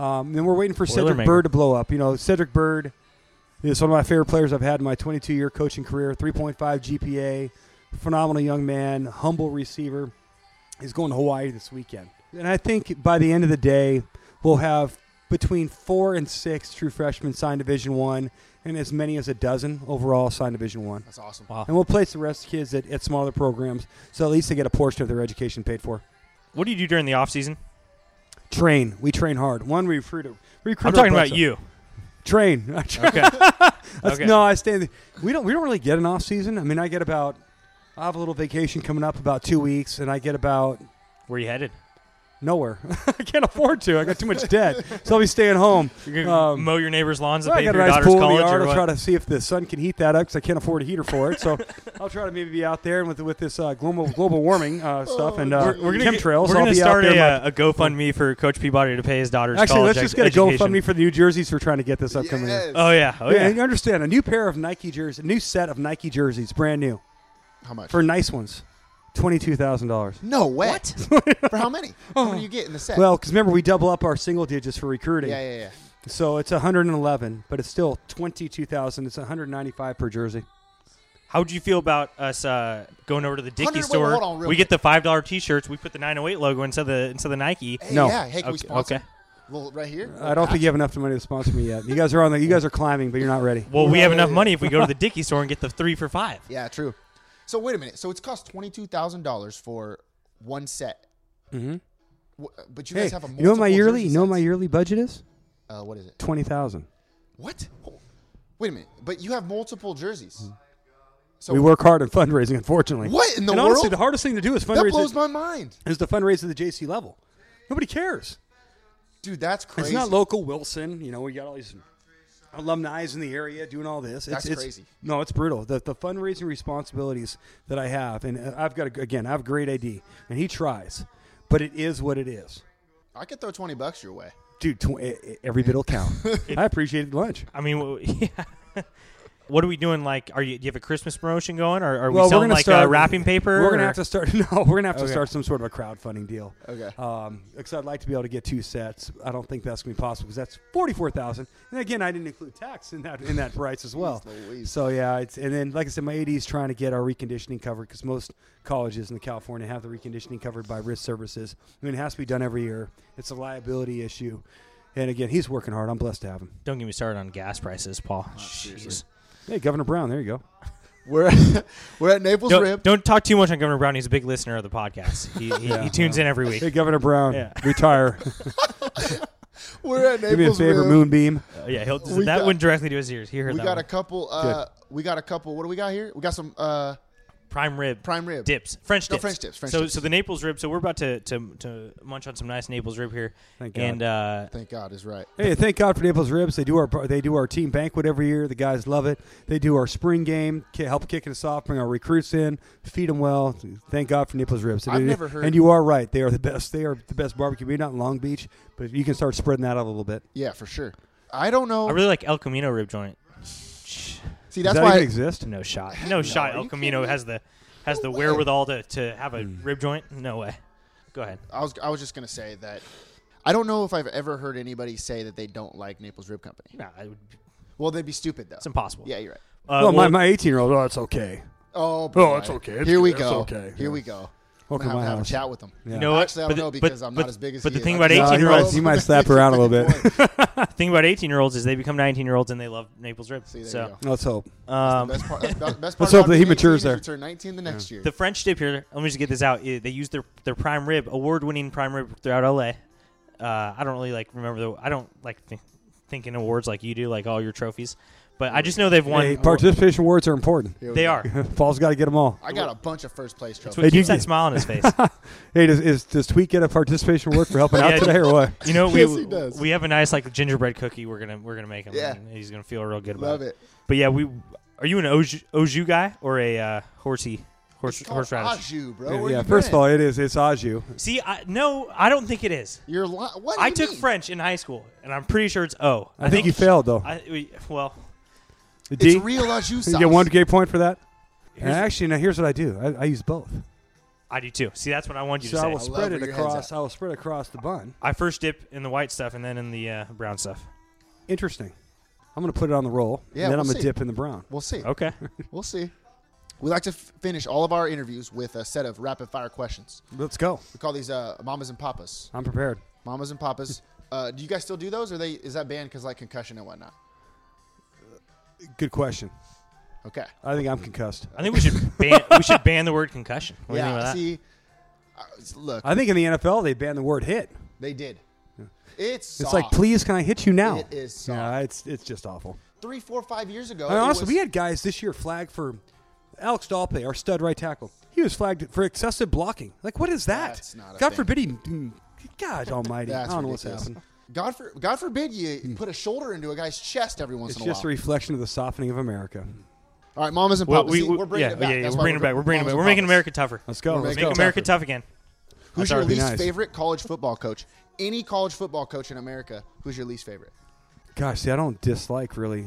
S5: Um, then we're waiting for Cedric
S3: Boilermaker.
S5: Bird to blow up. You know, Cedric Bird is one of my favorite players I've had in my 22 year coaching career. 3.5 GPA, phenomenal young man, humble receiver. He's going to Hawaii this weekend. And I think by the end of the day, we'll have between four and six true freshmen signed Division One, and as many as a dozen overall signed Division One.
S2: That's awesome.
S5: And we'll place the rest of the kids at, at smaller programs, so at least they get a portion of their education paid for.
S3: What do you do during the off season?
S5: Train. We train hard. One, we recruit. a- recruit
S3: I'm
S5: our
S3: talking
S5: butts
S3: about
S5: up.
S3: you.
S5: Train. I train.
S3: Okay.
S5: That's-
S3: Okay.
S5: No, I stay. In the, we don't. We don't really get an off season. I mean, I get about. I have a little vacation coming up about two weeks, and I get about
S3: Where you headed?
S5: nowhere. I can't afford to. I got too much debt, so I'll be staying home.
S3: You're gonna
S5: Um,
S3: mow your neighbor's lawns and
S5: Well,
S3: pay
S5: I
S3: for
S5: got a
S3: your
S5: nice
S3: daughter's
S5: pool in the
S3: college
S5: yard.
S3: or
S5: I'll
S3: what?
S5: try to see if the sun can heat that up because I can't afford a heater for it. So I'll try to maybe be out there and with with this uh, global global warming uh, stuff and uh,
S3: Oh, We're gonna get-
S5: chemtrails.
S3: We're
S5: I'll
S3: gonna
S5: be
S3: start
S5: out
S3: a,
S5: there
S3: uh, a GoFundMe for Coach Peabody to pay his daughter's
S5: my- Actually,
S3: college
S5: let's just get
S3: ex-
S5: a
S3: education.
S5: GoFundMe for the new jerseys we're trying to get this upcoming year.
S2: Yes.
S3: Oh yeah, oh
S5: yeah,
S3: yeah.
S5: and you understand a new pair of Nike jerseys, a new set of Nike jerseys, brand new
S2: How much?
S5: for nice ones, twenty two thousand dollars.
S2: no way.
S5: Oh.
S2: What? For how many? How many do you get in the set?
S5: Well, because remember we double up our single digits for recruiting.
S2: yeah, yeah, yeah.
S5: So it's 111, but it's still 22,000. It's 195 per jersey.
S3: How would you feel about us uh, going over to the Dickie
S2: wait,
S3: store?
S2: hold on, real
S3: we get the five dollar t shirts. We put the 908 logo instead of the instead of the Nike.
S2: Hey,
S5: No.
S2: Yeah. Hey, can we
S3: Okay,
S2: sponsor?
S3: okay.
S2: Well, right here.
S5: I don't think you have enough money to sponsor me yet. You guys are on the. You guys are climbing, but you're not ready.
S3: Well, we have
S2: Yeah,
S3: enough
S2: yeah,
S3: money if we go to the Dickie store and get the three for five.
S2: Yeah, true. So wait a minute. So it's cost twenty two thousand dollars for one set. Mm-hmm. But you
S5: Hey,
S2: guys have a
S5: you know what my
S2: multiple
S5: yearly?
S2: jersey
S5: You know what my
S2: sets.
S5: yearly budget is
S2: Uh, what is it?
S5: twenty thousand.
S2: What? Oh, Wait a minute. But you have multiple jerseys.
S5: Mm. We work hard at fundraising, unfortunately.
S2: Oh. What in the
S5: and
S2: world?
S5: Honestly, the hardest thing to do is
S2: that
S5: fundraise.
S2: blows my mind,
S5: is the fundraise at the JC level. Nobody cares.
S2: dude. That's crazy.
S5: It's not local Wilson. You know, we got all these alumni in the area doing all this. It's,
S2: That's
S5: it's-
S2: crazy.
S5: No, it's brutal. The, the fundraising responsibilities that I have, and uh, I've got a, again, I have great ID, and he tries, but it is what it is,
S2: I could throw twenty bucks your way.
S5: dude. Tw- e- e- every bit will count. I appreciated lunch.
S3: I mean, w- yeah. what are we doing? Like, are you do you have a Christmas promotion going, or are we
S5: well, we're
S3: selling
S5: gonna
S3: like
S5: start
S3: uh, wrapping paper?
S5: We're gonna
S3: or-
S5: have to start. No, we're gonna have to
S3: Okay.
S5: start some sort of a crowdfunding deal.
S2: Okay.
S5: Um, because I'd like to be able to get two sets. I don't think that's gonna be possible because that's forty-four thousand. And again, I didn't include tax in that in that price as well.
S2: Louise.
S5: So yeah, it's and then like I said, my AD is trying to get our reconditioning covered because most colleges in California have the reconditioning covered by risk services. I mean, it has to be done every year. It's a liability issue. And again, he's working hard. I'm blessed to have him.
S3: Don't get me started on gas prices, Paul.
S2: Oh,
S3: Jeez.
S5: Hey, Governor Brown, there you go.
S2: We're we're at Naples
S3: Don't,
S2: Rib.
S3: don't talk too much on Governor Brown. He's a big listener of the podcast. He, he, he tunes in every week.
S5: Hey, Governor Brown,
S3: Yeah.
S5: retire.
S2: We're at
S5: Do me a
S2: Naples
S5: favor,
S2: Rib.
S5: Moonbeam.
S3: Uh, yeah, he'll,
S2: We
S3: that
S2: got-
S3: went directly to his ears. He heard
S2: We
S3: that.
S2: got
S3: one.
S2: a couple. Uh, we got a couple. What do we got here? We got some. Uh,
S3: prime rib,
S2: Prime rib.
S3: dips, French
S2: No,
S3: dips,
S2: French dips, French
S3: so,
S2: dips.
S3: so the Naples rib. So we're about to, to to munch on some nice Naples rib here.
S5: Thank God.
S3: and uh,
S2: thank God is right.
S5: Hey, thank God for Naples Ribs. They do our they do our team banquet every year. The guys love it. They do our spring game, ki- help kick us off, bring our recruits in, feed them well. Thank God for Naples Ribs.
S2: I've
S5: and,
S2: never heard-
S5: And you are right. They are the best. They are the best barbecue. Maybe not in Long Beach, but you can start spreading that out a little bit.
S2: Yeah, for sure. I don't know.
S3: I really like El Camino rib joint.
S2: See, that's
S5: Does that
S2: why
S5: even exist?
S3: No shot. No, shot.
S2: are
S3: El
S2: you
S3: Camino
S2: kidding me?
S3: has the has the
S2: way.
S3: wherewithal to, to have a
S5: Hmm.
S3: rib joint. No way. Go ahead.
S2: I was I was just gonna say that I don't know if I've ever heard anybody say that they don't like Naples Rib Company.
S3: No, I would-
S2: Well, they'd be stupid though.
S3: it's impossible.
S2: Yeah, you're right.
S3: Uh,
S5: well, my
S3: well,
S5: my eighteen year old. Oh, it's okay.
S2: Oh, boy.
S5: it's okay. It's
S2: Here we
S5: good.
S2: go.
S5: It's okay.
S2: Here
S5: Yeah.
S2: we go.
S5: Welcome
S2: I'm
S5: to
S2: gonna
S5: my
S2: have, to have a
S5: house.
S2: chat with them.
S5: Yeah.
S3: you know what?
S2: Actually, I
S3: But
S2: don't know
S3: the-
S2: because
S3: but-
S2: I'm
S3: but-
S2: not as big as
S3: But
S2: he
S3: the
S2: is.
S3: thing
S2: I'm
S3: about
S2: just-
S5: No,
S3: eighteen
S5: you
S3: year
S5: might,
S3: olds,
S5: you might slap around a little bit.
S3: thing about eighteen year olds is they become nineteen year olds and they love Naples rib.
S2: See, there
S3: so
S2: you go.
S5: Let's hope.
S3: Um,
S2: Best part, best part
S5: hope
S2: about
S5: that
S2: being
S5: he
S2: 18
S5: matures
S2: is
S5: there.
S2: You turn 19 the next year.
S3: The French dip here. Let me just get this out. i- They use their their prime rib, award winning prime rib throughout LA. Uh, I don't really like remember the. I don't like th- thinking awards like you do, like all your trophies. But I just know they've won.
S5: Hey, participation awards are important.
S2: Here we
S3: they
S2: go.
S3: are. That's
S5: Paul's got to get them all.
S2: I got a bunch of first place
S3: what
S2: trophies.
S5: do you
S3: keeps that
S5: get-
S3: smile on his face.
S5: Hey, does is, does Tweet get a participation award for helping out
S3: Yeah,
S5: today or what?
S3: You know, we
S2: Yes, he does.
S3: we have a nice like gingerbread cookie. We're gonna we're gonna make him.
S2: Yeah.
S3: and he's gonna feel real good about
S2: Love it.
S3: But yeah, we are you an Oju, Oju guy or a uh, horsey horse
S2: It's called
S3: horseradish?
S2: Ajou, bro. Where
S5: yeah.
S2: you
S5: First of
S2: been?
S5: all, it is it's Aju.
S3: See, I, no, I don't think it is.
S2: you're li- what? do
S3: I
S2: you
S3: took
S2: mean?
S3: French in high school, and I'm pretty sure it's O.
S5: I, think, you failed though.
S3: I, we, well,
S5: D?
S2: It's real Ajou
S5: You
S2: sauce.
S5: get one gay point for that. And
S3: Here's-
S5: actually, now here's what I do. I, I use both.
S3: I do too. See, that's what I wanted you
S5: So I
S3: to
S5: will
S3: say.
S2: sp-
S5: spread
S2: where
S5: it
S2: your head's
S5: across.
S2: at.
S5: I will spread across the bun.
S3: I first dip in the white stuff and then in the uh, brown stuff.
S5: Interesting. I'm gonna put it on the roll.
S2: Yeah,
S5: and then
S2: we'll
S5: I'm gonna
S2: see.
S5: dip in the brown.
S2: We'll see.
S3: Okay.
S2: We'll see. We like to f- finish all of our interviews with a set of rapid fire questions.
S5: Let's go.
S2: We call these uh, mamas and papas.
S5: I'm prepared.
S2: Mamas and papas. Uh, do you guys still do those? Or they is that banned because like concussion and whatnot?
S5: Good question.
S2: Okay.
S5: I think I'm concussed.
S3: I think we should ban we should ban the word concussion. What do you think
S2: yeah.
S3: about that?
S2: See, uh, look,
S5: I think in the NFL they banned the word hit.
S2: they did. It's soft.
S5: It's like, please, can I hit you now?
S2: It is soft.
S5: Yeah, it's it's just awful.
S2: Three, four, five years ago.
S5: And
S2: it
S5: honestly,
S2: was-
S5: we had guys this year flagged for Alex Dalpe, our stud right tackle. He was flagged for excessive blocking. Like, what is that?
S2: That's not a
S5: God
S2: thing.
S5: forbid he. mm, God Almighty!
S2: That's
S5: I don't know
S2: ridiculous.
S5: what's happened. Hmm.
S2: God, for, God forbid you put a shoulder into a guy's chest every once
S5: It's
S2: in a while.
S5: just a reflection of the softening of America.
S2: all right, mamas and
S3: Well,
S2: papas.
S3: we,
S2: See,
S3: we-
S2: we're bringing
S3: yeah,
S2: it back.
S3: yeah, yeah,
S2: That's
S3: we're
S2: why
S3: bringing it back. We're bringing it
S2: mamas
S3: back.
S2: and
S3: We're making
S2: papas.
S3: America tougher.
S5: Let's go.
S2: We're
S5: Let's
S2: making
S5: go.
S3: Make America tough again.
S2: Who's
S3: thought
S2: your
S3: it'd be
S2: least
S5: nice.
S2: favorite college football coach? Any college football coach in America? Who's your least favorite?
S5: Gosh, see, I don't dislike really.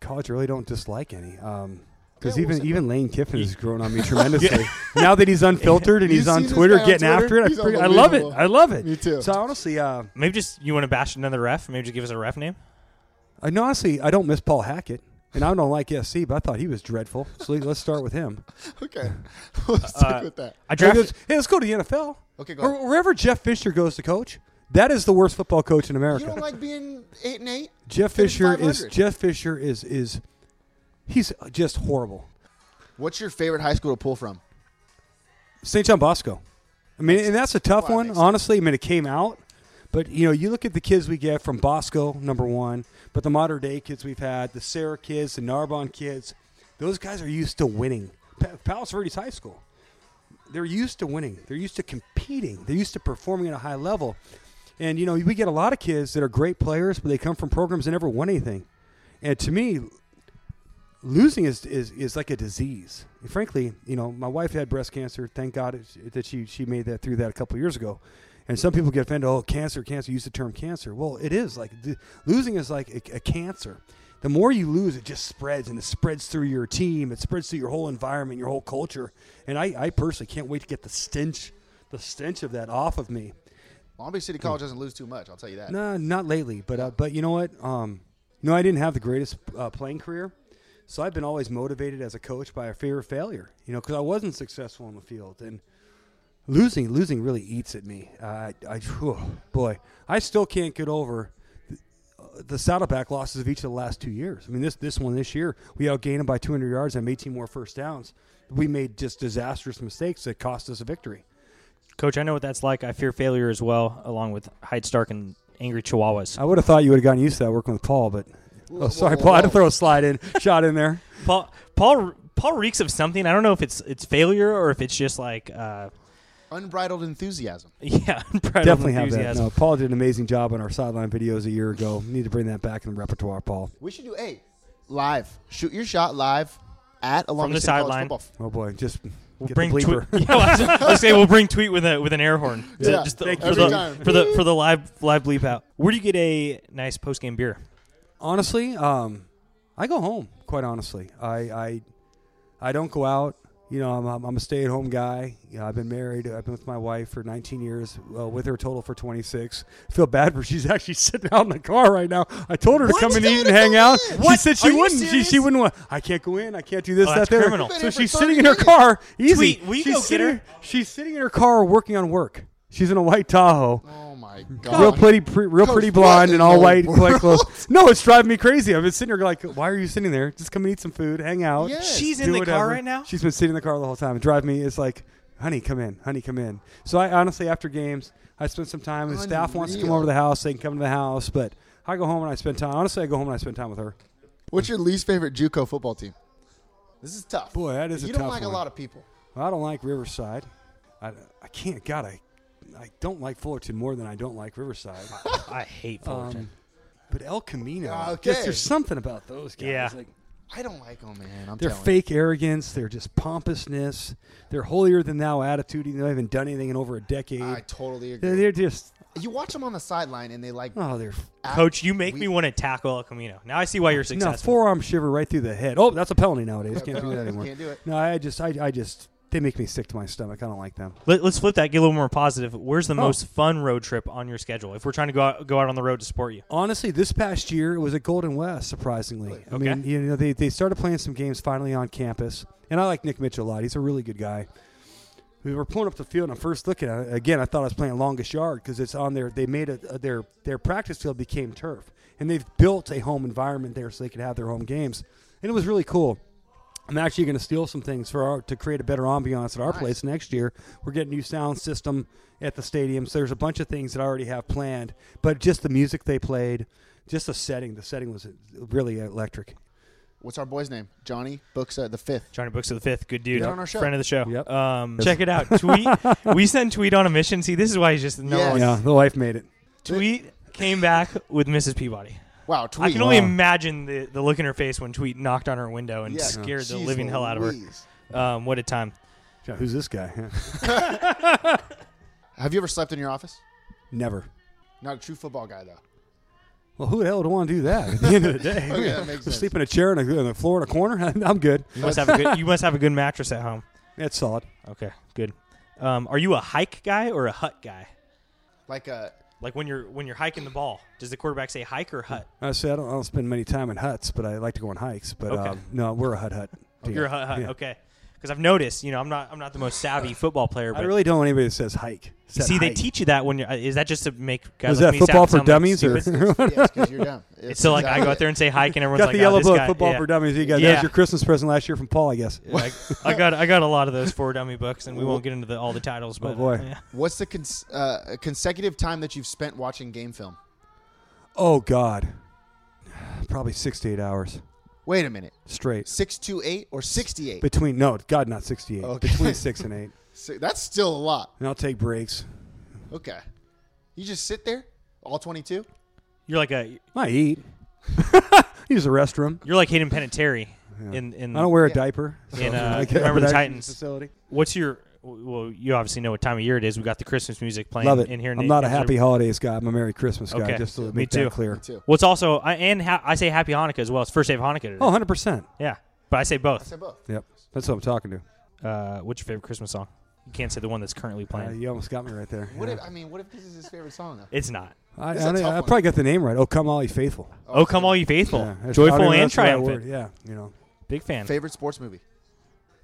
S5: College, I really don't dislike any. Um, Because
S2: Yeah, we'll
S5: even
S2: send
S5: even Lane Kiffin has grown on me tremendously. Now that he's unfiltered and
S2: You
S5: he's on
S2: see this
S5: Twitter
S2: guy on
S5: getting
S2: Twitter?
S5: after it,
S2: He's
S5: I, pretty, I love it.
S2: unbelievable.
S5: I love it.
S2: Me too.
S5: So honestly, uh,
S3: Maybe just you want to bash another ref? Maybe just give us a ref name.
S5: I know honestly, I don't miss Paul Hackett, and I don't like SC, but I thought he was dreadful. So le- let's start with him.
S2: Okay, we'll stick with that.
S3: uh, I
S5: Hey,
S3: drafted.
S5: let's, hey, let's go to the NFL.
S2: Okay, go
S5: Or
S2: ahead.
S5: wherever Jeff Fisher goes to coach, that is the worst football coach in America.
S2: You don't like being eight and eight?
S5: Jeff
S2: Finish
S5: Fisher is
S2: 500.
S5: Jeff Fisher is is he's just horrible.
S2: What's your favorite high school to pull from?
S5: St. John Bosco. I mean, and that's a tough
S2: Well, that
S5: one,
S2: makes sense.
S5: honestly. I mean, it came out, but you know, you look at the kids we get from Bosco, number one, but the modern day kids we've had, the Sarah kids, the Narbonne kids, those guys are used to winning. Pa- Palos Verdes High School, they're used to winning. They're used to competing. They're used to performing at a high level. And you know, we get a lot of kids that are great players, but they come from programs that never won anything. And to me, losing is, is, is like a disease. Frankly, you know, my wife had breast cancer. Thank God it- that she, she made that through that a couple years ago. And some people get offended, oh, cancer, cancer, use the term cancer. Well, it is like the, losing is like a, a cancer. The more you lose, it just spreads and it spreads through your team, it spreads through your whole environment, your whole culture. And I, I personally can't wait to get the stench, the stench of that off of me.
S2: Long Beach City
S3: Hmm.
S2: College doesn't lose too much. I'll tell you that.
S5: No, not lately. But uh, but you know what? Um, no, I didn't have the greatest uh, playing career, so I've been always motivated as a coach by a fear of failure. You know, because I wasn't successful on the field, and losing losing really eats at me. Uh, I, I oh, boy, I still can't get over the, the Saddleback losses of each of the last two years. I mean, this this one this year we outgained them by 200 yards and made 18 more first downs. We made just disastrous mistakes that cost us a victory.
S3: Coach, I know what that's like. I fear failure as well, along with Hyde Stark and angry Chihuahuas.
S5: I would have thought you would have gotten used to that working with Paul, but oh, sorry,
S2: whoa,
S5: Paul. I had to
S2: whoa.
S5: throw a slide in, shot in there.
S3: Paul, Paul, Paul reeks of something. I don't know if it's it's failure or if it's just like uh,
S2: Unbridled enthusiasm.
S3: yeah, unbridled
S5: Definitely have that.
S3: enthusiasm.
S5: No, Paul did an amazing job on our sideline videos a year ago. Need to bring that back in the repertoire, Paul.
S2: We should do a live shoot your shot live at a Long
S3: the
S2: Beach City College
S3: sideline.
S2: football.
S5: Oh boy, just get
S3: Bring
S5: the
S3: tweet.
S5: bleeper.
S3: Yeah, I was- I was say we'll bring tweet with a with an air horn. To-
S2: Yeah,
S3: just the-
S2: thank
S3: for,
S2: you. Every
S3: the,
S2: time.
S3: for the for the live live bleep out. Where do you get a nice post game beer?
S5: honestly, um, I go home. Quite honestly, I I, I don't go out. You know, I'm, I'm, I'm a stay-at-home guy. You know, I've been married. I've been with my wife for 19 years, uh, with her total for 26. I feel bad for she's actually sitting out in the car right now. I told her to
S2: What?
S5: come and
S2: She's
S5: eat and
S2: gonna
S5: hang
S2: go
S5: out.
S2: in.
S5: She
S2: What?
S5: said she
S2: Are you
S5: wouldn't. She, she
S2: serious?
S5: wouldn't. Want, I can't go in. I can't do this.
S3: Oh,
S5: that
S3: that's
S5: there.
S3: criminal. Been
S5: So
S2: here for
S5: she's
S2: 30
S5: sitting in her
S2: minutes.
S5: car. Easy.
S3: Tweet, will you
S5: she's
S3: go get
S5: sitting,
S3: her?
S5: She's sitting in her car working on work. She's in a white Tahoe
S2: Oh my god!
S5: real pretty, pre, real
S2: Coach,
S5: pretty
S2: what
S5: blonde
S2: in
S5: and all
S2: the
S5: white,
S2: world?
S5: quite close. No, it's driving me crazy. I've been sitting here like, why are you sitting there? Just come and eat some food, hang out.
S2: Yes.
S3: She's
S5: do
S3: in the
S5: whatever."
S3: car right now.
S5: She's been sitting in the car the whole time. Drive me is like, honey, come in, honey, come in. So I honestly, after games, I spend some time. The staff wants to come
S2: Unreal.
S5: over to the house. They can come to the house, but I go home and I spend time. Honestly, I go home and I spend time with her.
S2: What's your least favorite JUCO football team? This is tough.
S5: Boy, that is a
S2: you don't
S5: tough
S2: like
S5: one.
S2: a lot of people.
S5: I don't like Riverside. I, I can't. God, I, I don't like Fullerton more than I don't like Riverside.
S3: I hate Fullerton.
S5: Um, but El Camino,
S2: Ah, Okay.
S5: just, there's something about those guys.
S3: Yeah.
S5: Like,
S2: I don't like them, man. I'm
S5: Their
S2: telling
S5: fake arrogance, their just pompousness, their holier than thou attitude. Even though they haven't done anything in over a decade.
S2: you. I totally
S5: they're,
S2: agree.
S5: they're just
S2: You watch them on the sideline, and they like
S5: oh, they're
S2: act
S3: Coach, you make
S2: we-
S3: me want to tackle El Camino. Now I see why you're
S5: no
S3: successful.
S5: forearm shiver right through the head. Oh, that's a penalty nowadays. Can't do that
S2: penalty.
S5: anymore.
S2: Can't do it.
S5: No, I just, I, I just, they make me sick to my stomach. I don't like them.
S3: Let, us flip that. Get a little more positive. Where's
S5: Oh.
S3: the most fun road trip on your schedule? If we're trying to go out, go out on the road to support you,
S5: Honestly, this past year it was at Golden West. Surprisingly, I mean, you know, they, they started playing some games finally on campus, and I like Nick Mitchell a lot. He's a really good guy. We were pulling up the field, and I'm first looking at it. Again, I thought I was playing longest yard because it's on their. They made a, a- their their practice field became turf, and they've built a home environment there so they could have their home games, and it was really cool. I'm actually going to steal some things for our to create a better ambiance at our place next year. We're getting a new sound system at the stadium, so there's a bunch of things that I already have planned. But just the music they played, just the setting. The setting was really electric.
S2: What's our boy's name? Johnny Books uh, the fifth.
S3: Johnny Books of the Fifth, good dude,
S2: Get on our show.
S3: friend of the show.
S5: Yep.
S3: Um, check it out. Tweet. we sent tweet on a mission. See, this is why he's just the number
S2: Yes.
S3: one.
S5: Yeah, the wife made it.
S3: Tweet came back with Mrs. Peabody.
S2: Wow,
S3: I
S2: tweet.
S3: can only
S5: wow.
S3: imagine the, the look in her face when Tweet knocked on her window and
S2: Yeah.
S3: scared the
S2: Jeez
S3: living hell out of
S2: Louise.
S3: her. Um, what a time.
S5: Yeah, who's this guy?
S2: Have you ever slept in your office?
S5: Never.
S2: Not a true football guy though.
S5: Well, who the hell would want to do that at the end of the
S3: Oh,
S5: day?
S2: Okay, that makes sense.
S5: Sleep in a chair on the floor in a corner? I'm good.
S3: You must have a good. You must have a good mattress at home.
S5: That's solid.
S3: Okay, good. Um, are you a hike guy or a hut guy?
S2: Like uh, a
S3: Like when you're when you're hiking the ball, does the quarterback say hike or hut?
S5: I say I don't, I don't spend many time in huts, but I like to go on hikes. But
S3: Okay. Oh,
S5: um, no, we're a hut hut. team.
S3: You're a hut hut.
S5: Yeah.
S3: Okay, because I've noticed. You know, I'm not I'm not the most savvy football player. But
S5: I really don't want anybody that says hike. Said
S3: see, they
S5: hike.
S3: teach you that when you're. uh, Is that just to make guys
S5: Was
S3: like
S5: that
S3: me
S5: football
S3: sound-
S5: for
S3: sound like
S5: dummies or
S3: stupid?
S2: yes, because you're dumb.
S3: It's so like I go out there and say hike, and everyone's
S5: got
S3: like,
S5: the
S3: "Oh,
S5: yellow
S3: this
S5: book
S3: guy-
S5: football
S3: yeah.
S5: for dummies? You got
S3: Yeah.
S5: that was your Christmas present last year from Paul, I guess.
S3: Like, I got I got a lot of those four dummy books, and we won't get into the, all the titles. But
S5: Oh, boy.
S3: yeah.
S2: What's the cons- uh, consecutive time that you've spent watching game film?
S5: Oh God, probably six to eight hours
S2: Wait a minute,
S5: straight
S2: six to eight or sixty-eight?
S5: between. No, God, not sixty-eight.
S2: Okay.
S5: Between six and eight,
S2: Si- That's still a lot.
S5: and I'll take breaks.
S2: Okay, you just sit there, all twenty-two.
S3: you're like a
S5: I eat. Use the restroom.
S3: you're like Hayden Panettiere in in
S5: I don't wear a diaper.
S3: in uh,
S5: I get
S3: remember the
S5: production
S3: Titans.
S5: facility.
S3: What's your well? You obviously know what time of year it is. We got the Christmas music playing
S5: Love it.
S3: in here.
S5: I'm not a happy holidays guy. I'm a Merry Christmas guy.
S3: Okay.
S5: Just to
S3: Me
S5: make
S3: too.
S5: that clear.
S2: Me too.
S3: Well, it's also I and ha- I say happy Hanukkah as well. It's first day of Hanukkah. Today.
S5: Oh, 100 percent.
S3: yeah, but I say both.
S2: Say both.
S5: Yep, that's what I'm talking to.
S3: Uh, what's your favorite Christmas song? You can't say the one that's currently
S5: Uh,
S3: playing.
S5: you almost got me right there.
S2: What
S5: Yeah.
S2: if I mean? What if this is his favorite song though?
S3: It's not.
S5: I, I,
S2: This is a tough
S5: I
S2: one.
S5: probably got the name right. Oh, come all ye faithful,
S3: Oh, come all you faithful,
S5: Yeah, that's- I
S3: joyful
S5: don't know,
S3: and
S5: that's the right
S3: triumphant.
S5: word. Yeah, you know
S3: Big fan.
S2: Favorite sports movie?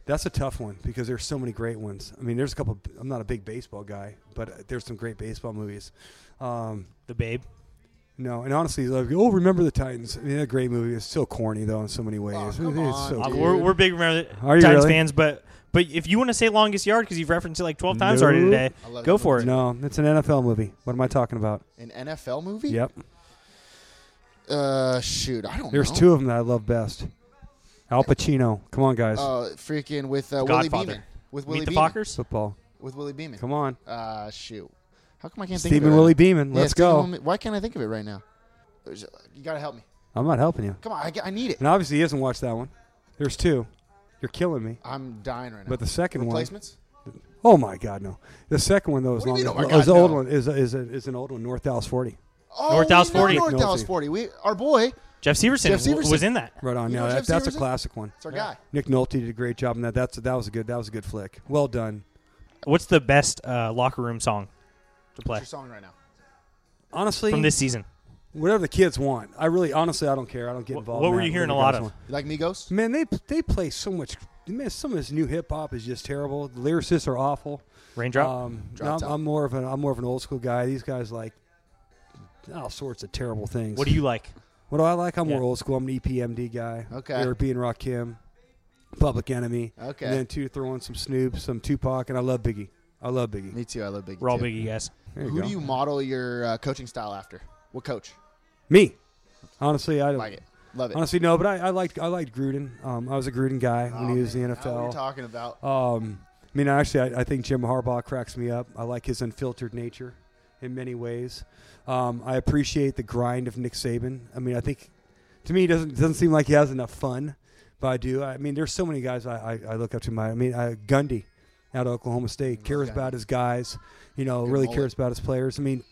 S5: that's a tough one because there's so many great ones. I mean, there's a couple. I'm not a big baseball guy, but uh, there's some great baseball movies. Um,
S3: The Babe.
S5: no, and honestly, like, oh, remember the Titans? I mean, a great movie. It's so corny though in so many ways.
S2: Oh, come
S5: It's
S2: on,
S5: so
S3: Uh,
S2: dude.
S3: we're, we're big remember the
S5: Are you
S3: Titans
S5: really?
S3: fans, but but if you want to say longest yard because you've referenced it like twelve times already
S5: Nope.
S3: today,
S2: I love
S3: go
S2: that
S3: for it.
S2: movie.
S5: No, it's an NFL movie. What am I talking about?
S2: An NFL movie?
S5: Yep,
S2: Uh, shoot, I don't.
S5: there's
S2: know.
S5: two of them that I love best. Al Pacino. Come on, guys.
S2: Uh, freaking with uh, Willie
S3: Godfather.
S2: Beeman. With Willie
S3: Meet the
S2: Beeman.
S3: Fockers.
S5: Football.
S2: With Willie Beeman.
S5: Come on.
S2: Uh, shoot. How come I can't think of it?
S5: Stephen
S2: right
S5: Willie
S2: now?
S5: Beeman.
S2: Yeah,
S5: Let's
S2: Stephen
S5: go.
S2: Willie- Why can't I think of it right now? There's- You gotta help me.
S5: I'm not helping you.
S2: Come on, I, I need it.
S5: And obviously, he hasn't watched that one. There's two. You're killing me.
S2: I'm dying right now.
S5: But the second one,
S2: replacements.
S5: oh my God, no! The second one though is
S2: What do you
S5: long-
S2: mean, oh my
S5: is
S2: God,
S5: the old
S2: no?
S5: one is is is an old one. North Dallas 40.
S2: Oh,
S3: North
S2: we
S3: Dallas
S2: know
S3: 40.
S2: North Dallas
S5: Northie.
S2: 40. We, our boy,
S3: Jeff Severson,
S2: Jeff
S3: w-
S2: Severson.
S3: was in that.
S5: Right on.
S2: You know
S5: now
S2: Jeff
S5: that, that's a
S2: Severson?
S5: classic one.
S2: it's our guy.
S5: Nick Nolte did a great job in that. That's that was a good that was a good flick. Well done.
S3: What's the best uh, locker room song to play
S2: What's your song right now?
S5: Honestly,
S3: from this season?
S5: whatever the kids want, I really honestly I don't care. I don't get
S3: Wh-
S5: involved.
S3: what
S5: in
S3: were
S5: that.
S3: you hearing
S5: Whatever
S3: a lot
S5: guys
S3: of?
S5: want.
S2: You like Migos?
S5: Man, they they play so much. Man, some of this new hip hop is just terrible. The lyricists are awful.
S3: Raindrop.
S5: Um,
S2: Drop
S5: I'm,
S2: top.
S5: I'm more of an I'm more of an old school guy. These guys like all sorts of terrible things.
S3: what do you like?
S5: What do I like? I'm
S3: Yeah.
S5: more old school. I'm an E EPMD guy.
S2: Okay.
S5: European Rakim, Public Enemy.
S2: Okay.
S5: And then two, throw in some Snoop, some Tupac, and I love Biggie. I love Biggie.
S2: Me too. I love Biggie.
S3: We're all
S2: too.
S3: biggie guys.
S5: There you
S2: Who
S5: go.
S2: do you model your uh, coaching style after? What coach?
S5: Me. Honestly, I don't
S2: Like it. Love it.
S5: Honestly, no, but I, I liked I liked Gruden. Um, I was a Gruden guy
S2: Oh,
S5: when he was in
S2: man,
S5: the
S2: now What are you
S5: NFL.
S2: talking about?
S5: Um, I mean, actually, I, I think Jim Harbaugh cracks me up. I like his unfiltered nature in many ways. Um, I appreciate the grind of Nick Saban. I mean, I think to me, it doesn't it doesn't seem like he has enough fun, but I do. I mean, there's so many guys I, I, I look up to. My, I mean, uh, Gundy out of Oklahoma State cares
S2: Gundy.
S5: about his guys. You know, really
S2: mullet.
S5: cares about his players. I mean.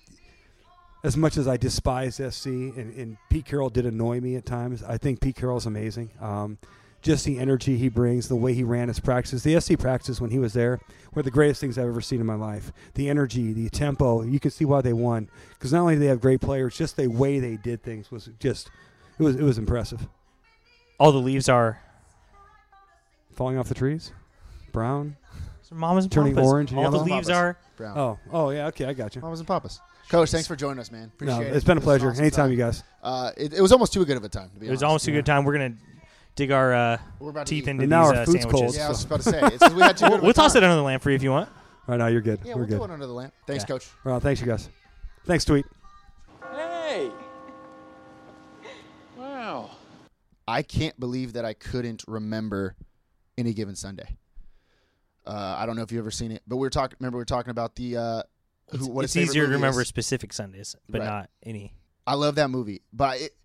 S5: As much as I despise SC and, and Pete Carroll did annoy me at times, I think Pete Carroll's amazing. Um, just the energy he brings, the way he ran his practices. The SC practices when he was there were the greatest things I've ever seen in my life. The energy, the tempo, you can see why they won. Because not only do they have great players, just the way they did things was just it was it was impressive.
S3: All the leaves are
S5: Falling off the trees? Brown?
S3: it's mama's and
S5: Turning
S3: papa's.
S5: orange and
S3: All the
S5: yellow.
S3: leaves
S2: Papa's.
S3: are.
S2: Brown.
S5: Oh, oh yeah, okay, I got you.
S2: Mamas and papas. Coach, thanks for joining us, man. Appreciate
S5: No,
S2: it.
S5: it's been a
S2: It was an
S5: pleasure.
S2: awesome
S5: Anytime,
S2: time.
S5: you guys.
S2: Uh, it, it was almost too good of a time to be
S3: It was
S2: honest.
S3: almost a good time. We're gonna dig our uh,
S2: We're about to
S3: teeth
S2: eat.
S3: into
S5: And now
S3: these
S5: our
S3: uh,
S5: food's
S3: sandwiches.
S5: cold.
S2: Yeah, I was just about to say. It's, 'cause we had too good
S3: We'll,
S2: of a
S3: we'll toss
S2: time.
S3: it under the lamp for you if you want.
S5: Right now you're good.
S2: Yeah,
S5: We're
S2: we'll
S5: good.
S2: do it under the lamp. Thanks,
S3: Yeah.
S2: Coach.
S5: Well, thanks you guys. Thanks, tweet.
S2: I can't believe that I couldn't remember any given Sunday. Uh, I don't know if you've ever seen it, but we were talking. Remember, we were talking about the. Uh, who,
S3: It's,
S2: what
S3: it's
S2: his favorite
S3: easier to
S2: movie
S3: remember
S2: is.
S3: specific Sundays, but
S2: Right.
S3: not any.
S2: I love that movie, but it,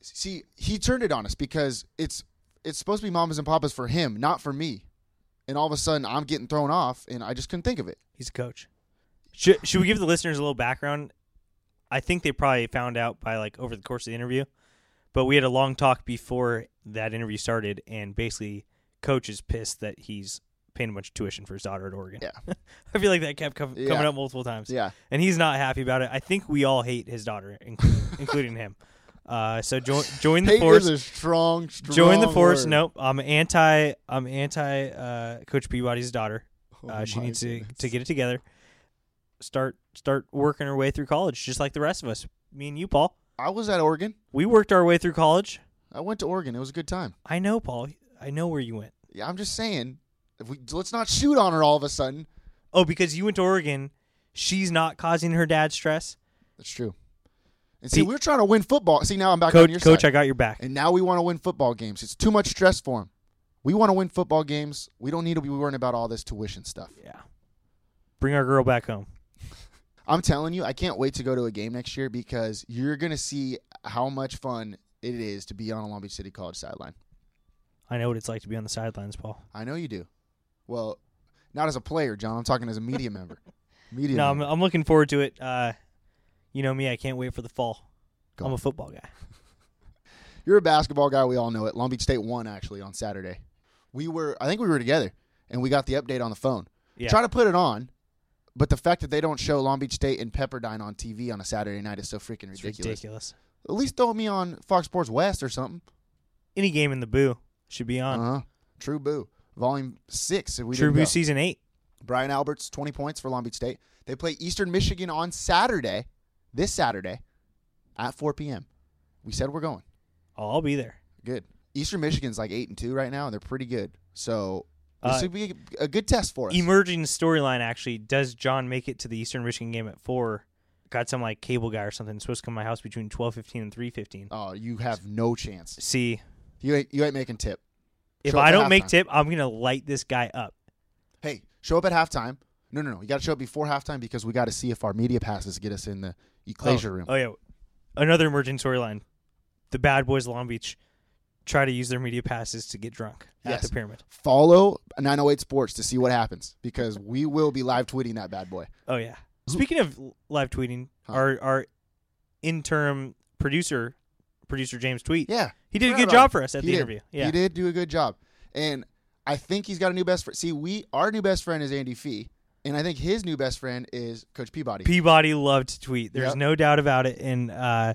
S2: see, he turned it on us because it's it's supposed to be mamas and papas for him, not for me. And all of a sudden, I'm getting thrown off, and I just couldn't think of it.
S3: He's a coach. Should, should we give the listeners a little background? I think they probably found out by like over the course of the interview. But we had a long talk before that interview started, and basically, coach is pissed that he's paying a bunch of tuition for his daughter at Oregon. Yeah, I feel like that kept com- coming
S2: Yeah.
S3: up multiple times.
S2: Yeah.
S3: and he's not happy about it. I think we all hate his daughter, including, including him. Uh, so join join the
S2: Hate
S3: force.
S2: is a strong, strong
S3: Join the force.
S2: word.
S3: Nope. I'm anti. I'm anti. Uh, Coach Peabody's daughter. uh, she
S2: my
S3: needs
S2: goodness.
S3: to to get it together. Start start working her way through college, just like the rest of us. Me and you, Paul.
S2: I was at Oregon.
S3: We worked our way through college.
S2: I went to Oregon. It was a good time.
S3: I know, Paul. I know where you went.
S2: Yeah, I'm just saying, if we let's not shoot on her all of a sudden.
S3: Oh, because you went to Oregon. She's not causing her dad stress.
S2: That's true. And see,
S3: See-
S2: we're trying to win football. See, now I'm back on your
S3: Coach, coach,
S2: side.
S3: I got your back.
S2: and now we want to win football games. It's too much stress for him. We want to win football games. We don't need to be worrying about all this tuition stuff.
S3: Yeah. Bring our girl back home.
S2: I'm telling you, I can't wait to go to a game next year because you're going to see how much fun it is to be on a Long Beach City College sideline.
S3: I know what it's like to be on the sidelines, Paul.
S2: I know you do. Well, not as a player, John. I'm talking as a media member. Media.
S3: No, I'm,
S2: member.
S3: I'm looking forward to it. Uh, you know me. I can't wait for the fall.
S2: Go
S3: I'm
S2: on.
S3: a football guy.
S2: You're a basketball guy. We all know it. Long Beach State won actually on Saturday. We were, I think we were together, and we got the update on the phone.
S3: Yeah.
S2: Try to put it on, but the fact that they don't show Long Beach State and Pepperdine on TV on a Saturday night is so freaking
S3: It's
S2: ridiculous.
S3: ridiculous.
S2: At least throw me on Fox Sports West or something.
S3: Any game in the boo should be
S2: Uh
S3: on.
S2: huh. True Boo, Volume Six. If we
S3: True
S2: didn't
S3: Boo
S2: go.
S3: season eight.
S2: Brian Alberts, 20 points for Long Beach State. They play Eastern Michigan on Saturday, this Saturday, at 4 p.m. We said we're going.
S3: Oh, I'll be there.
S2: Good. Eastern Michigan's like 8 and 2 right now, and they're pretty good. So this
S3: Uh,
S2: would be a, a good test for us.
S3: Emerging storyline actually. Does John make it to the Eastern Michigan game at four? Got some like cable guy or something supposed to come to my house between twelve fifteen and three fifteen.
S2: oh, you have no chance.
S3: See,
S2: You ain't, you ain't making tip.
S3: if
S2: Show up
S3: I
S2: at
S3: don't make
S2: halftime.
S3: tip, I'm gonna light this guy up.
S2: Hey, show up at halftime. No, no, no. You got to show up before halftime because we got to see if our media passes get us in the enclosure
S3: oh,
S2: room.
S3: Oh yeah, another emerging storyline. The bad boys of Long Beach try to use their media passes to get drunk at
S2: Yes.
S3: the pyramid.
S2: Follow 908 Sports to see what happens because we will be live tweeting that bad boy.
S3: Oh yeah. Speaking of l- live tweeting,
S2: Huh.
S3: our our interim producer, producer James Tweet.
S2: Yeah.
S3: He did a
S2: Proud
S3: good
S2: of
S3: job
S2: him.
S3: for us at
S2: He
S3: the
S2: did.
S3: interview. Yeah.
S2: He did do a good job. And I think he's got a new best friend. See, we our new best friend is Andy Fee, and I think his new best friend is Coach Peabody.
S3: Peabody loved to tweet. There's
S2: Yep.
S3: no doubt about it. And uh,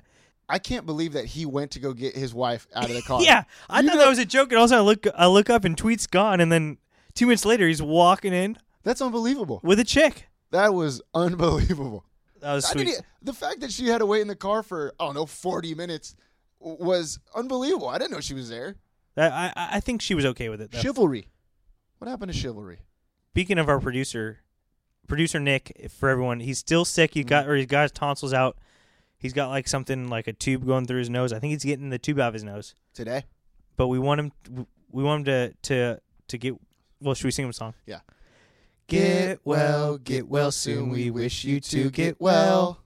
S2: I can't believe that he went to go get his wife out of the car.
S3: yeah, I
S2: You
S3: thought
S2: know-
S3: that was a joke. And also, I look I look up and tweet's gone. And then two minutes later, he's walking in
S2: That's unbelievable.
S3: with a chick.
S2: That was unbelievable.
S3: That was
S2: I e mean,
S3: sweet.
S2: the fact that she had to wait in the car for I don't know 40 minutes w- was unbelievable. I didn't know she was there.
S3: That- I I I think she was okay with it. Though.
S2: Chivalry. What happened to chivalry?
S3: Speaking of our producer, producer Nick, for everyone, he's still sick. He
S2: Mm-hmm.
S3: got or he's got his tonsils out. He's got like something like a tube going through his nose. I think he's getting the tube out of his nose.
S2: Today?
S3: But we want him. We want him to to to get. Well, should we sing him a song?
S2: Yeah.
S3: Get well, get well soon. We wish you to get well.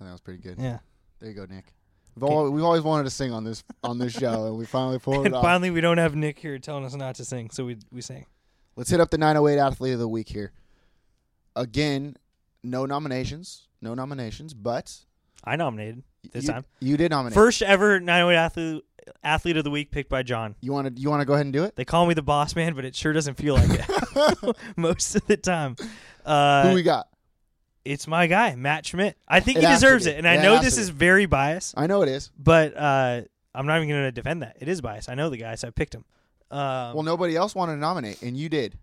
S2: Oh, That was pretty good.
S3: Yeah.
S2: There you go, Nick. We've, al- we've always wanted to sing on this on this show, and we finally pulled it
S3: And
S2: off.
S3: finally, we don't have Nick here telling us not to sing, so we we sing.
S2: Let's hit up the 908 athlete of the week here. Again, no nominations, no nominations, but
S3: I nominated this
S2: you,
S3: time.
S2: you did nominate.
S3: First ever 908 athlete athlete of the week picked by John.
S2: you want to you want to go ahead and do it?
S3: They call me the boss man, but it sure doesn't feel like it most of the time. Uh,
S2: Who we got?
S3: it's my guy, Matt Schmidt. I think
S2: It
S3: he
S2: has to
S3: deserves
S2: be.
S3: it, and
S2: It
S3: I know
S2: has
S3: this
S2: to
S3: is
S2: be.
S3: very biased,
S2: I know it is.
S3: but uh, I'm not even going to defend that. It is biased. I know the guy, so I picked him. Um,
S2: Well, nobody else wanted to nominate, and you did.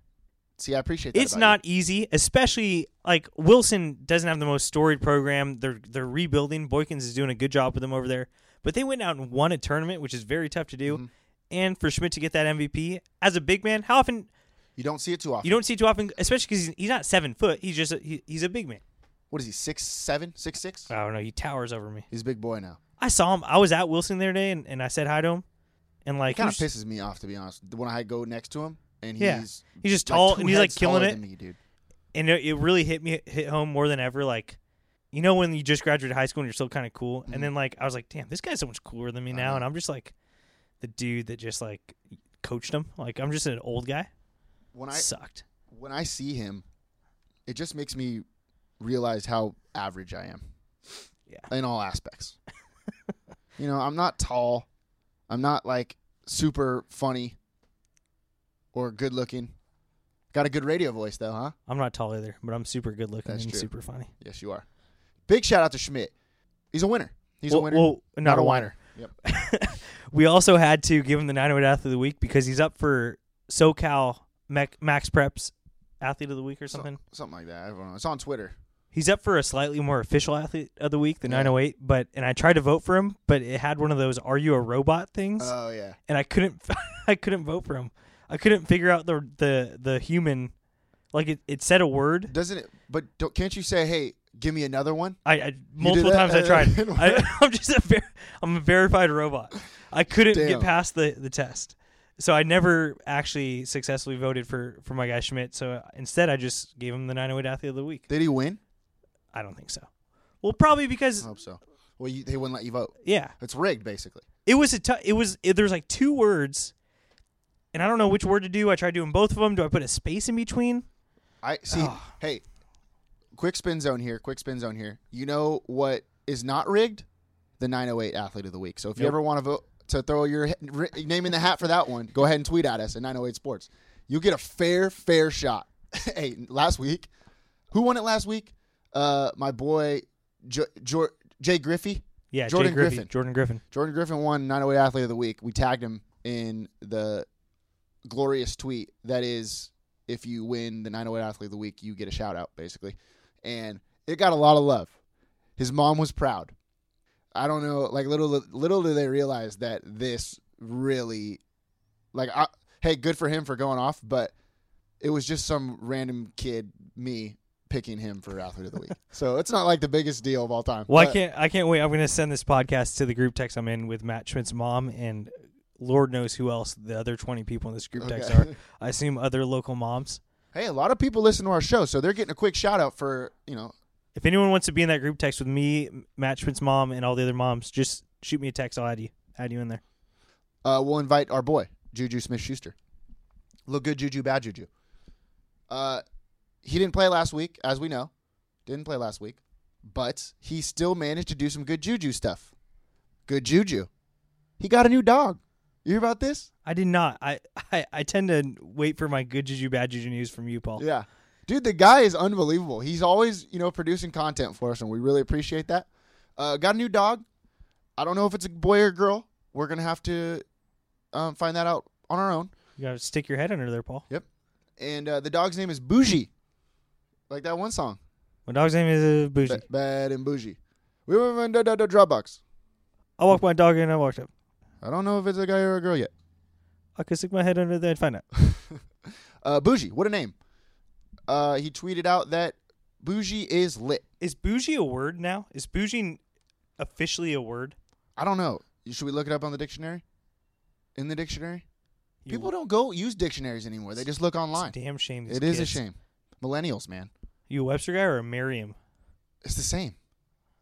S2: See, I appreciate that.
S3: it's
S2: about you.
S3: not easy, especially like Wilson doesn't have the most storied program. They're they're rebuilding. Boykins is doing a good job with them over there, but they went out and won a tournament, which is very tough to do.
S2: Mm-hmm.
S3: And for Schmidt to get that MVP as a big man, how often
S2: You don't see it too often.
S3: you don't see it too often, especially because he's, he's not seven foot. He's just a, he, he's a big man.
S2: What is he? Six seven, six six?
S3: I don't know. He towers over me.
S2: He's a big boy now.
S3: I saw him. I was at Wilson the other day, and, and I said hi to him, and like
S2: It kind of
S3: who's-
S2: pisses me off to be honest. When I go next to him, and
S3: Yeah.
S2: he's
S3: He's just
S2: like,
S3: tall,
S2: two
S3: and he's, like,
S2: heads
S3: killing
S2: taller
S3: it.
S2: than me, dude.
S3: and it, it really hit me hit home more than ever like you know when you just graduated high school and you're still kind of cool
S2: Mm-hmm.
S3: and then like i was like damn this guy's so much cooler than me now and i'm just like the dude that just like coached him like i'm just an old guy
S2: When I
S3: sucked
S2: when I see him, it just makes me realize how average I am. in all aspects. you know, I'm not tall. I'm not like super funny or good looking. Got a good radio voice though, huh?
S3: I'm not tall either, but I'm super good looking
S2: That's
S3: and
S2: true.
S3: super funny.
S2: Yes, you are. Big shout out to Schmidt. He's a winner. He's a
S3: Well-
S2: winner.
S3: well, not a
S2: Yep.
S3: We also had to give him the 908 Athlete of the Week because he's up for SoCal Mac- Max Preps Athlete of the Week or something.
S2: Something like that. I don't know. It's on Twitter.
S3: He's up for a slightly more official Athlete of the Week, the 908. But and I tried to vote for him, but it had one of those "Are you a robot?" things,
S2: Oh yeah.
S3: and I couldn't, I couldn't vote for him. I couldn't figure out the the the human. Like it, it said a word,
S2: Doesn't it? But don't, can't you say, "Hey, give me another one"?
S3: I, I multiple
S2: that, Uh,
S3: times I
S2: and
S3: tried.
S2: then
S3: I, I'm just a ver- I'm a verified robot. I couldn't
S2: Damn.
S3: get past the, the test, so I never actually successfully voted for for my guy Schmidt. So instead, I just gave him the 908 athlete of the week.
S2: Did he win?
S3: I don't think so. Well, probably
S2: I
S3: because
S2: hope so. Well, you, they wouldn't let you vote.
S3: yeah,
S2: It's rigged, basically.
S3: it was a t- it was it, there was like two words, and I don't know which word to do. I tried doing both of them. Do I put a space in between?
S2: I see. Hey, quick spin zone here. Quick spin zone here. You know what is not rigged? The 908 athlete of the week. So if you ever want to vote to throw your he- ri- name in the hat for that one, go ahead and tweet at us at 908 Sports. You'll get a fair, fair shot. hey, last week, who won it last week? Uh, my boy, jo- Jor- Jay Griffey.
S3: Yeah, Jay
S2: Jordan
S3: Griffey,
S2: Griffin.
S3: Jordan Griffin.
S2: Jordan Griffin won 908 Athlete of the Week. We tagged him in the glorious tweet that is, if you win the 908 Athlete of the Week, you get a shout out, basically. And it got a lot of love. His mom was proud. I don't know, like little little do they realize that this really, like, I, hey, good for him for going off, but it was just some random kid, me, picking him for Athlete of the Week. so it's not like the biggest deal of all time.
S3: Well, I
S2: but-
S3: can't. I can't wait. I'm going to send this podcast to the group text I'm in with Matt Schmidt's mom and Lord knows who else the other 20 people in this group text are. I assume other local moms.
S2: Hey, a lot of people listen to our show, so they're getting a quick shout out for you know.
S3: If anyone wants to be in that group text with me, Matt Schmidt's mom, and all the other moms, just shoot me a text. I'll add you. Add you in there.
S2: Uh, we'll invite our boy Juju Smith Schuster. Look good, Juju, bad Juju. Uh, he didn't play last week, as we know, didn't play last week, but he still managed to do some good Juju stuff. Good Juju. He got a new dog. You hear about this?
S3: I did not. I, I, I tend to wait for my good juju, bad juju news from you, Paul.
S2: Yeah. Dude, the guy is unbelievable. He's always, you know, producing content for us, and we really appreciate that. Uh, got a new dog. I don't know if it's a boy or girl. We're going to have to um, find that out on our own.
S3: You got to stick your head under there, Paul.
S2: Yep. And uh, the dog's name is Bougie. Like that one song.
S3: My dog's name is uh, Bougie.
S2: Ba- bad and Bougie. We were in the, the, the Dropbox.
S3: I walked my dog in. I walked up.
S2: I don't know if it's a guy or a girl yet.
S3: I could stick my head under there and find out.
S2: Uh, Bougie, what a name. Uh, he tweeted out that Bougie is lit.
S3: Is bougie a word now? Is bougie officially a word?
S2: I don't know. Should we look it up on the dictionary? In the dictionary? People don't go use dictionaries anymore. They just look online.
S3: It's a damn shame. these
S2: It is a
S3: kids.
S2: shame. Millennials, man.
S3: You a Webster guy or a Merriam?
S2: It's the same.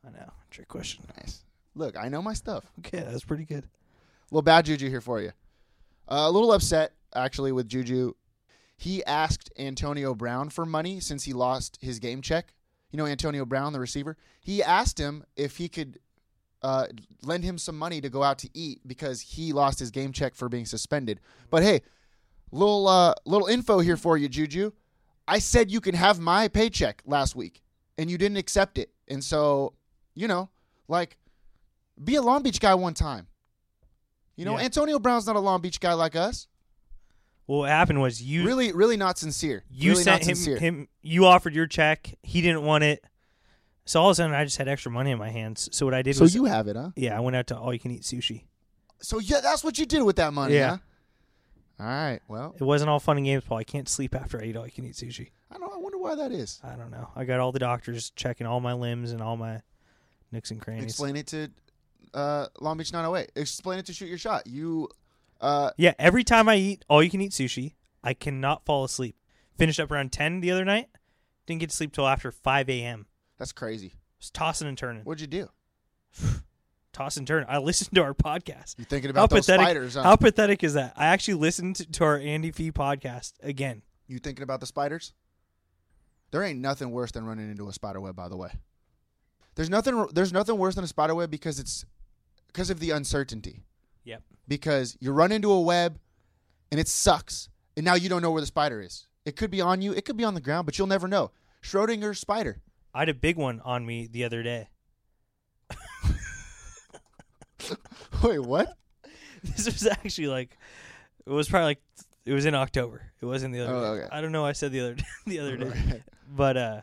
S3: I know. Trick question.
S2: Nice. Look, I know my stuff.
S3: Okay, that was pretty good.
S2: little bad juju here for you. Uh, a little upset actually with Juju. He asked Antonio Brown for money since he lost his game check. You know Antonio Brown, the receiver. He asked him if he could uh, lend him some money to go out to eat because he lost his game check for being suspended. But hey, little uh, little info here for you, Juju. I said you can have my paycheck last week, and you didn't accept it. And so, you know, like, be a Long Beach guy one time. You know,
S3: Yeah.
S2: Antonio Brown's not a Long Beach guy like us.
S3: Well, what happened was you
S2: Really, really not sincere.
S3: you
S2: really
S3: sent
S2: not
S3: him
S2: sincere.
S3: him you offered your check. He didn't want it, so all of a sudden I just had extra money in my hands. So what I did
S2: so
S3: was
S2: you have it, huh?
S3: yeah, I went out to all you can eat sushi.
S2: So yeah, that's what you did with that money,
S3: Yeah.
S2: huh? All right. Well,
S3: It wasn't all fun and games, Paul. I can't sleep after I eat all you can eat sushi.
S2: I don't. I wonder why that is.
S3: I don't know. I got all the doctors checking all my limbs and all my nooks and crannies.
S2: Explain it to uh, Long Beach 908. Explain it to shoot your shot. You, uh,
S3: Yeah, every time I eat all you can eat sushi, I cannot fall asleep. Finished up around ten the other night. Didn't get to sleep till after five a.m.
S2: that's crazy.
S3: Was tossing and turning.
S2: What'd you do?
S3: toss and turn. I listened to our podcast.
S2: You thinking about
S3: how
S2: those
S3: pathetic,
S2: spiders, huh?
S3: How pathetic is that? I actually listened to, to our Andy Fee podcast again.
S2: You thinking about the spiders? There ain't nothing worse than running into a spider web, by the way. There's nothing. There's nothing worse than a spider web because it's because of the uncertainty.
S3: Yep.
S2: Because you run into a web, and it sucks, and now you don't know where the spider is. It could be on you. It could be on the ground, but you'll never know. Schrodinger's spider.
S3: I had a big one on me the other day.
S2: Wait, what?
S3: This was actually like, it was probably like, it was in October. It wasn't the other.
S2: Oh,
S3: day.
S2: okay.
S3: I don't know. why I said the other day, the other day, but uh,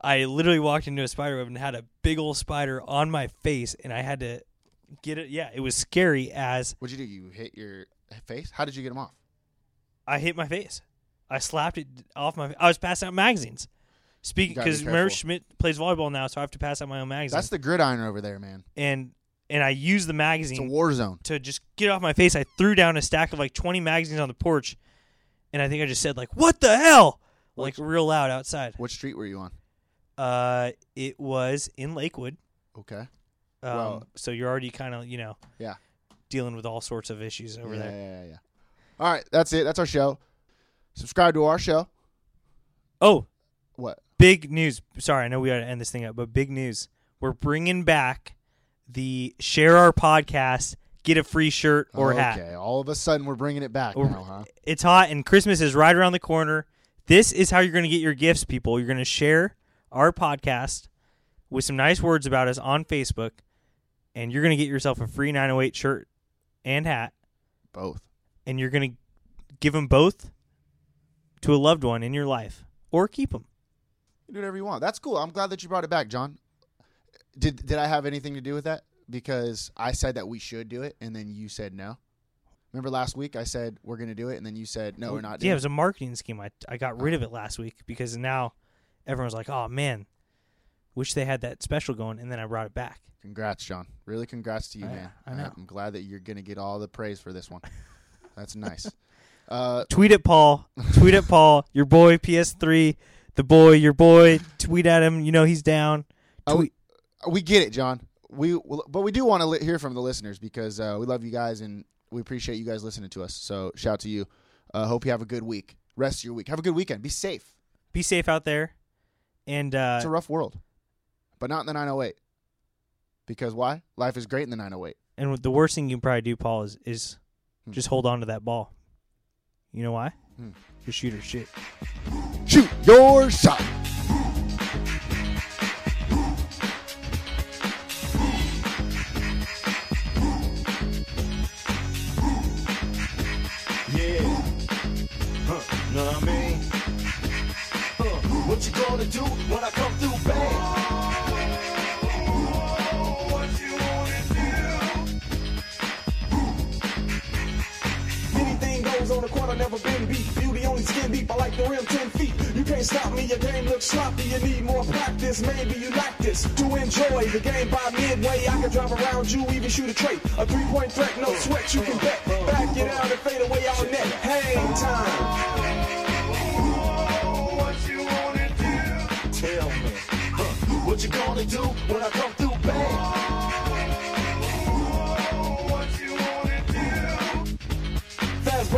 S3: I literally walked into a spider web and had a big old spider on my face, and I had to get it. Yeah, it was scary as
S2: What'd you do? You hit your face? How did you get him off?
S3: I hit my face. I slapped it off my. I was passing out magazines. Speaking
S2: gotta be
S3: because remember
S2: careful.
S3: Schmidt plays volleyball now, so I have to pass out my own magazine.
S2: That's the gridiron over there, man.
S3: and and I used
S2: It's
S3: the
S2: a
S3: magazine
S2: war zone.
S3: to just get off my face. I threw down a stack of like 20 magazines on the porch, and I think I just said like, "What the hell!" Like real loud outside.
S2: What street were you on?
S3: Uh, it was in Lakewood.
S2: Okay.
S3: Um,
S2: Well-
S3: so you're already kind of you know
S2: Yeah.
S3: dealing with all sorts of issues over
S2: yeah,
S3: there.
S2: yeah, yeah, yeah. All right, that's it. That's our show. Subscribe to our show.
S3: Oh,
S2: What?
S3: big news! Sorry, I know we got to end this thing up, but big news: we're bringing back the share our podcast, get a free shirt or
S2: Oh, okay.
S3: hat.
S2: All of a sudden, we're bringing it back
S3: Or-
S2: now, huh?
S3: It's hot and Christmas is right around the corner. This is how you're going to get your gifts, people. You're going to share our podcast with some nice words about us on Facebook, and you're going to get yourself a free 908 shirt and hat,
S2: Both.
S3: and you're going to give them both to a loved one in your life or keep them.
S2: You do whatever you want. That's cool. I'm glad that you brought it back, John. Did Did I have anything to do with that? Because I said that we should do it, and then you said no. Remember last week I said we're going to do it, and then you said no, we're not.
S3: yeah,
S2: Doing
S3: it was a marketing scheme. I, I got rid of it last week because now everyone's like, oh, man, wish they had that special going, and then I brought it back.
S2: Congrats, John. Really, congrats to you, man.
S3: I know.
S2: I'm glad that you're going to get all the praise for this one. That's nice. uh,
S3: tweet at Paul. Tweet at Paul. Your boy PS3. The boy. Your boy. Tweet at him. You know he's down.
S2: Oh,
S3: Tweet.
S2: we get it, John. We will- but we do want to li- hear from the listeners because uh, we love you guys and we appreciate you guys listening to us. So shout to you. Uh, hope you have a good week. Rest of your week. Have a good weekend. Be safe.
S3: Be safe out there. And uh,
S2: It's a rough world, but not in the 908. Because why? Life is great in the 908.
S3: and the worst thing you can probably do, Paul, is is
S2: Hmm.
S3: just hold on to that ball. You know why? Your shooter shit.
S2: Shoot your shot.
S6: Yeah. Huh, know what I mean? Huh, what you gonna do when I come through bang?
S7: Anything goes on the court, I never been beat. Beauty only skin deep, I like the rim 10 feet. You can't stop me, your game looks sloppy. You need more practice, maybe you like this. To enjoy the game by midway, I can drive around you, even shoot a trait. A three point threat, no sweat, you can bet. Back it out and fade away all net. Hang time.
S6: Tell me. Huh, what you gonna do when I come through bang?
S7: Fast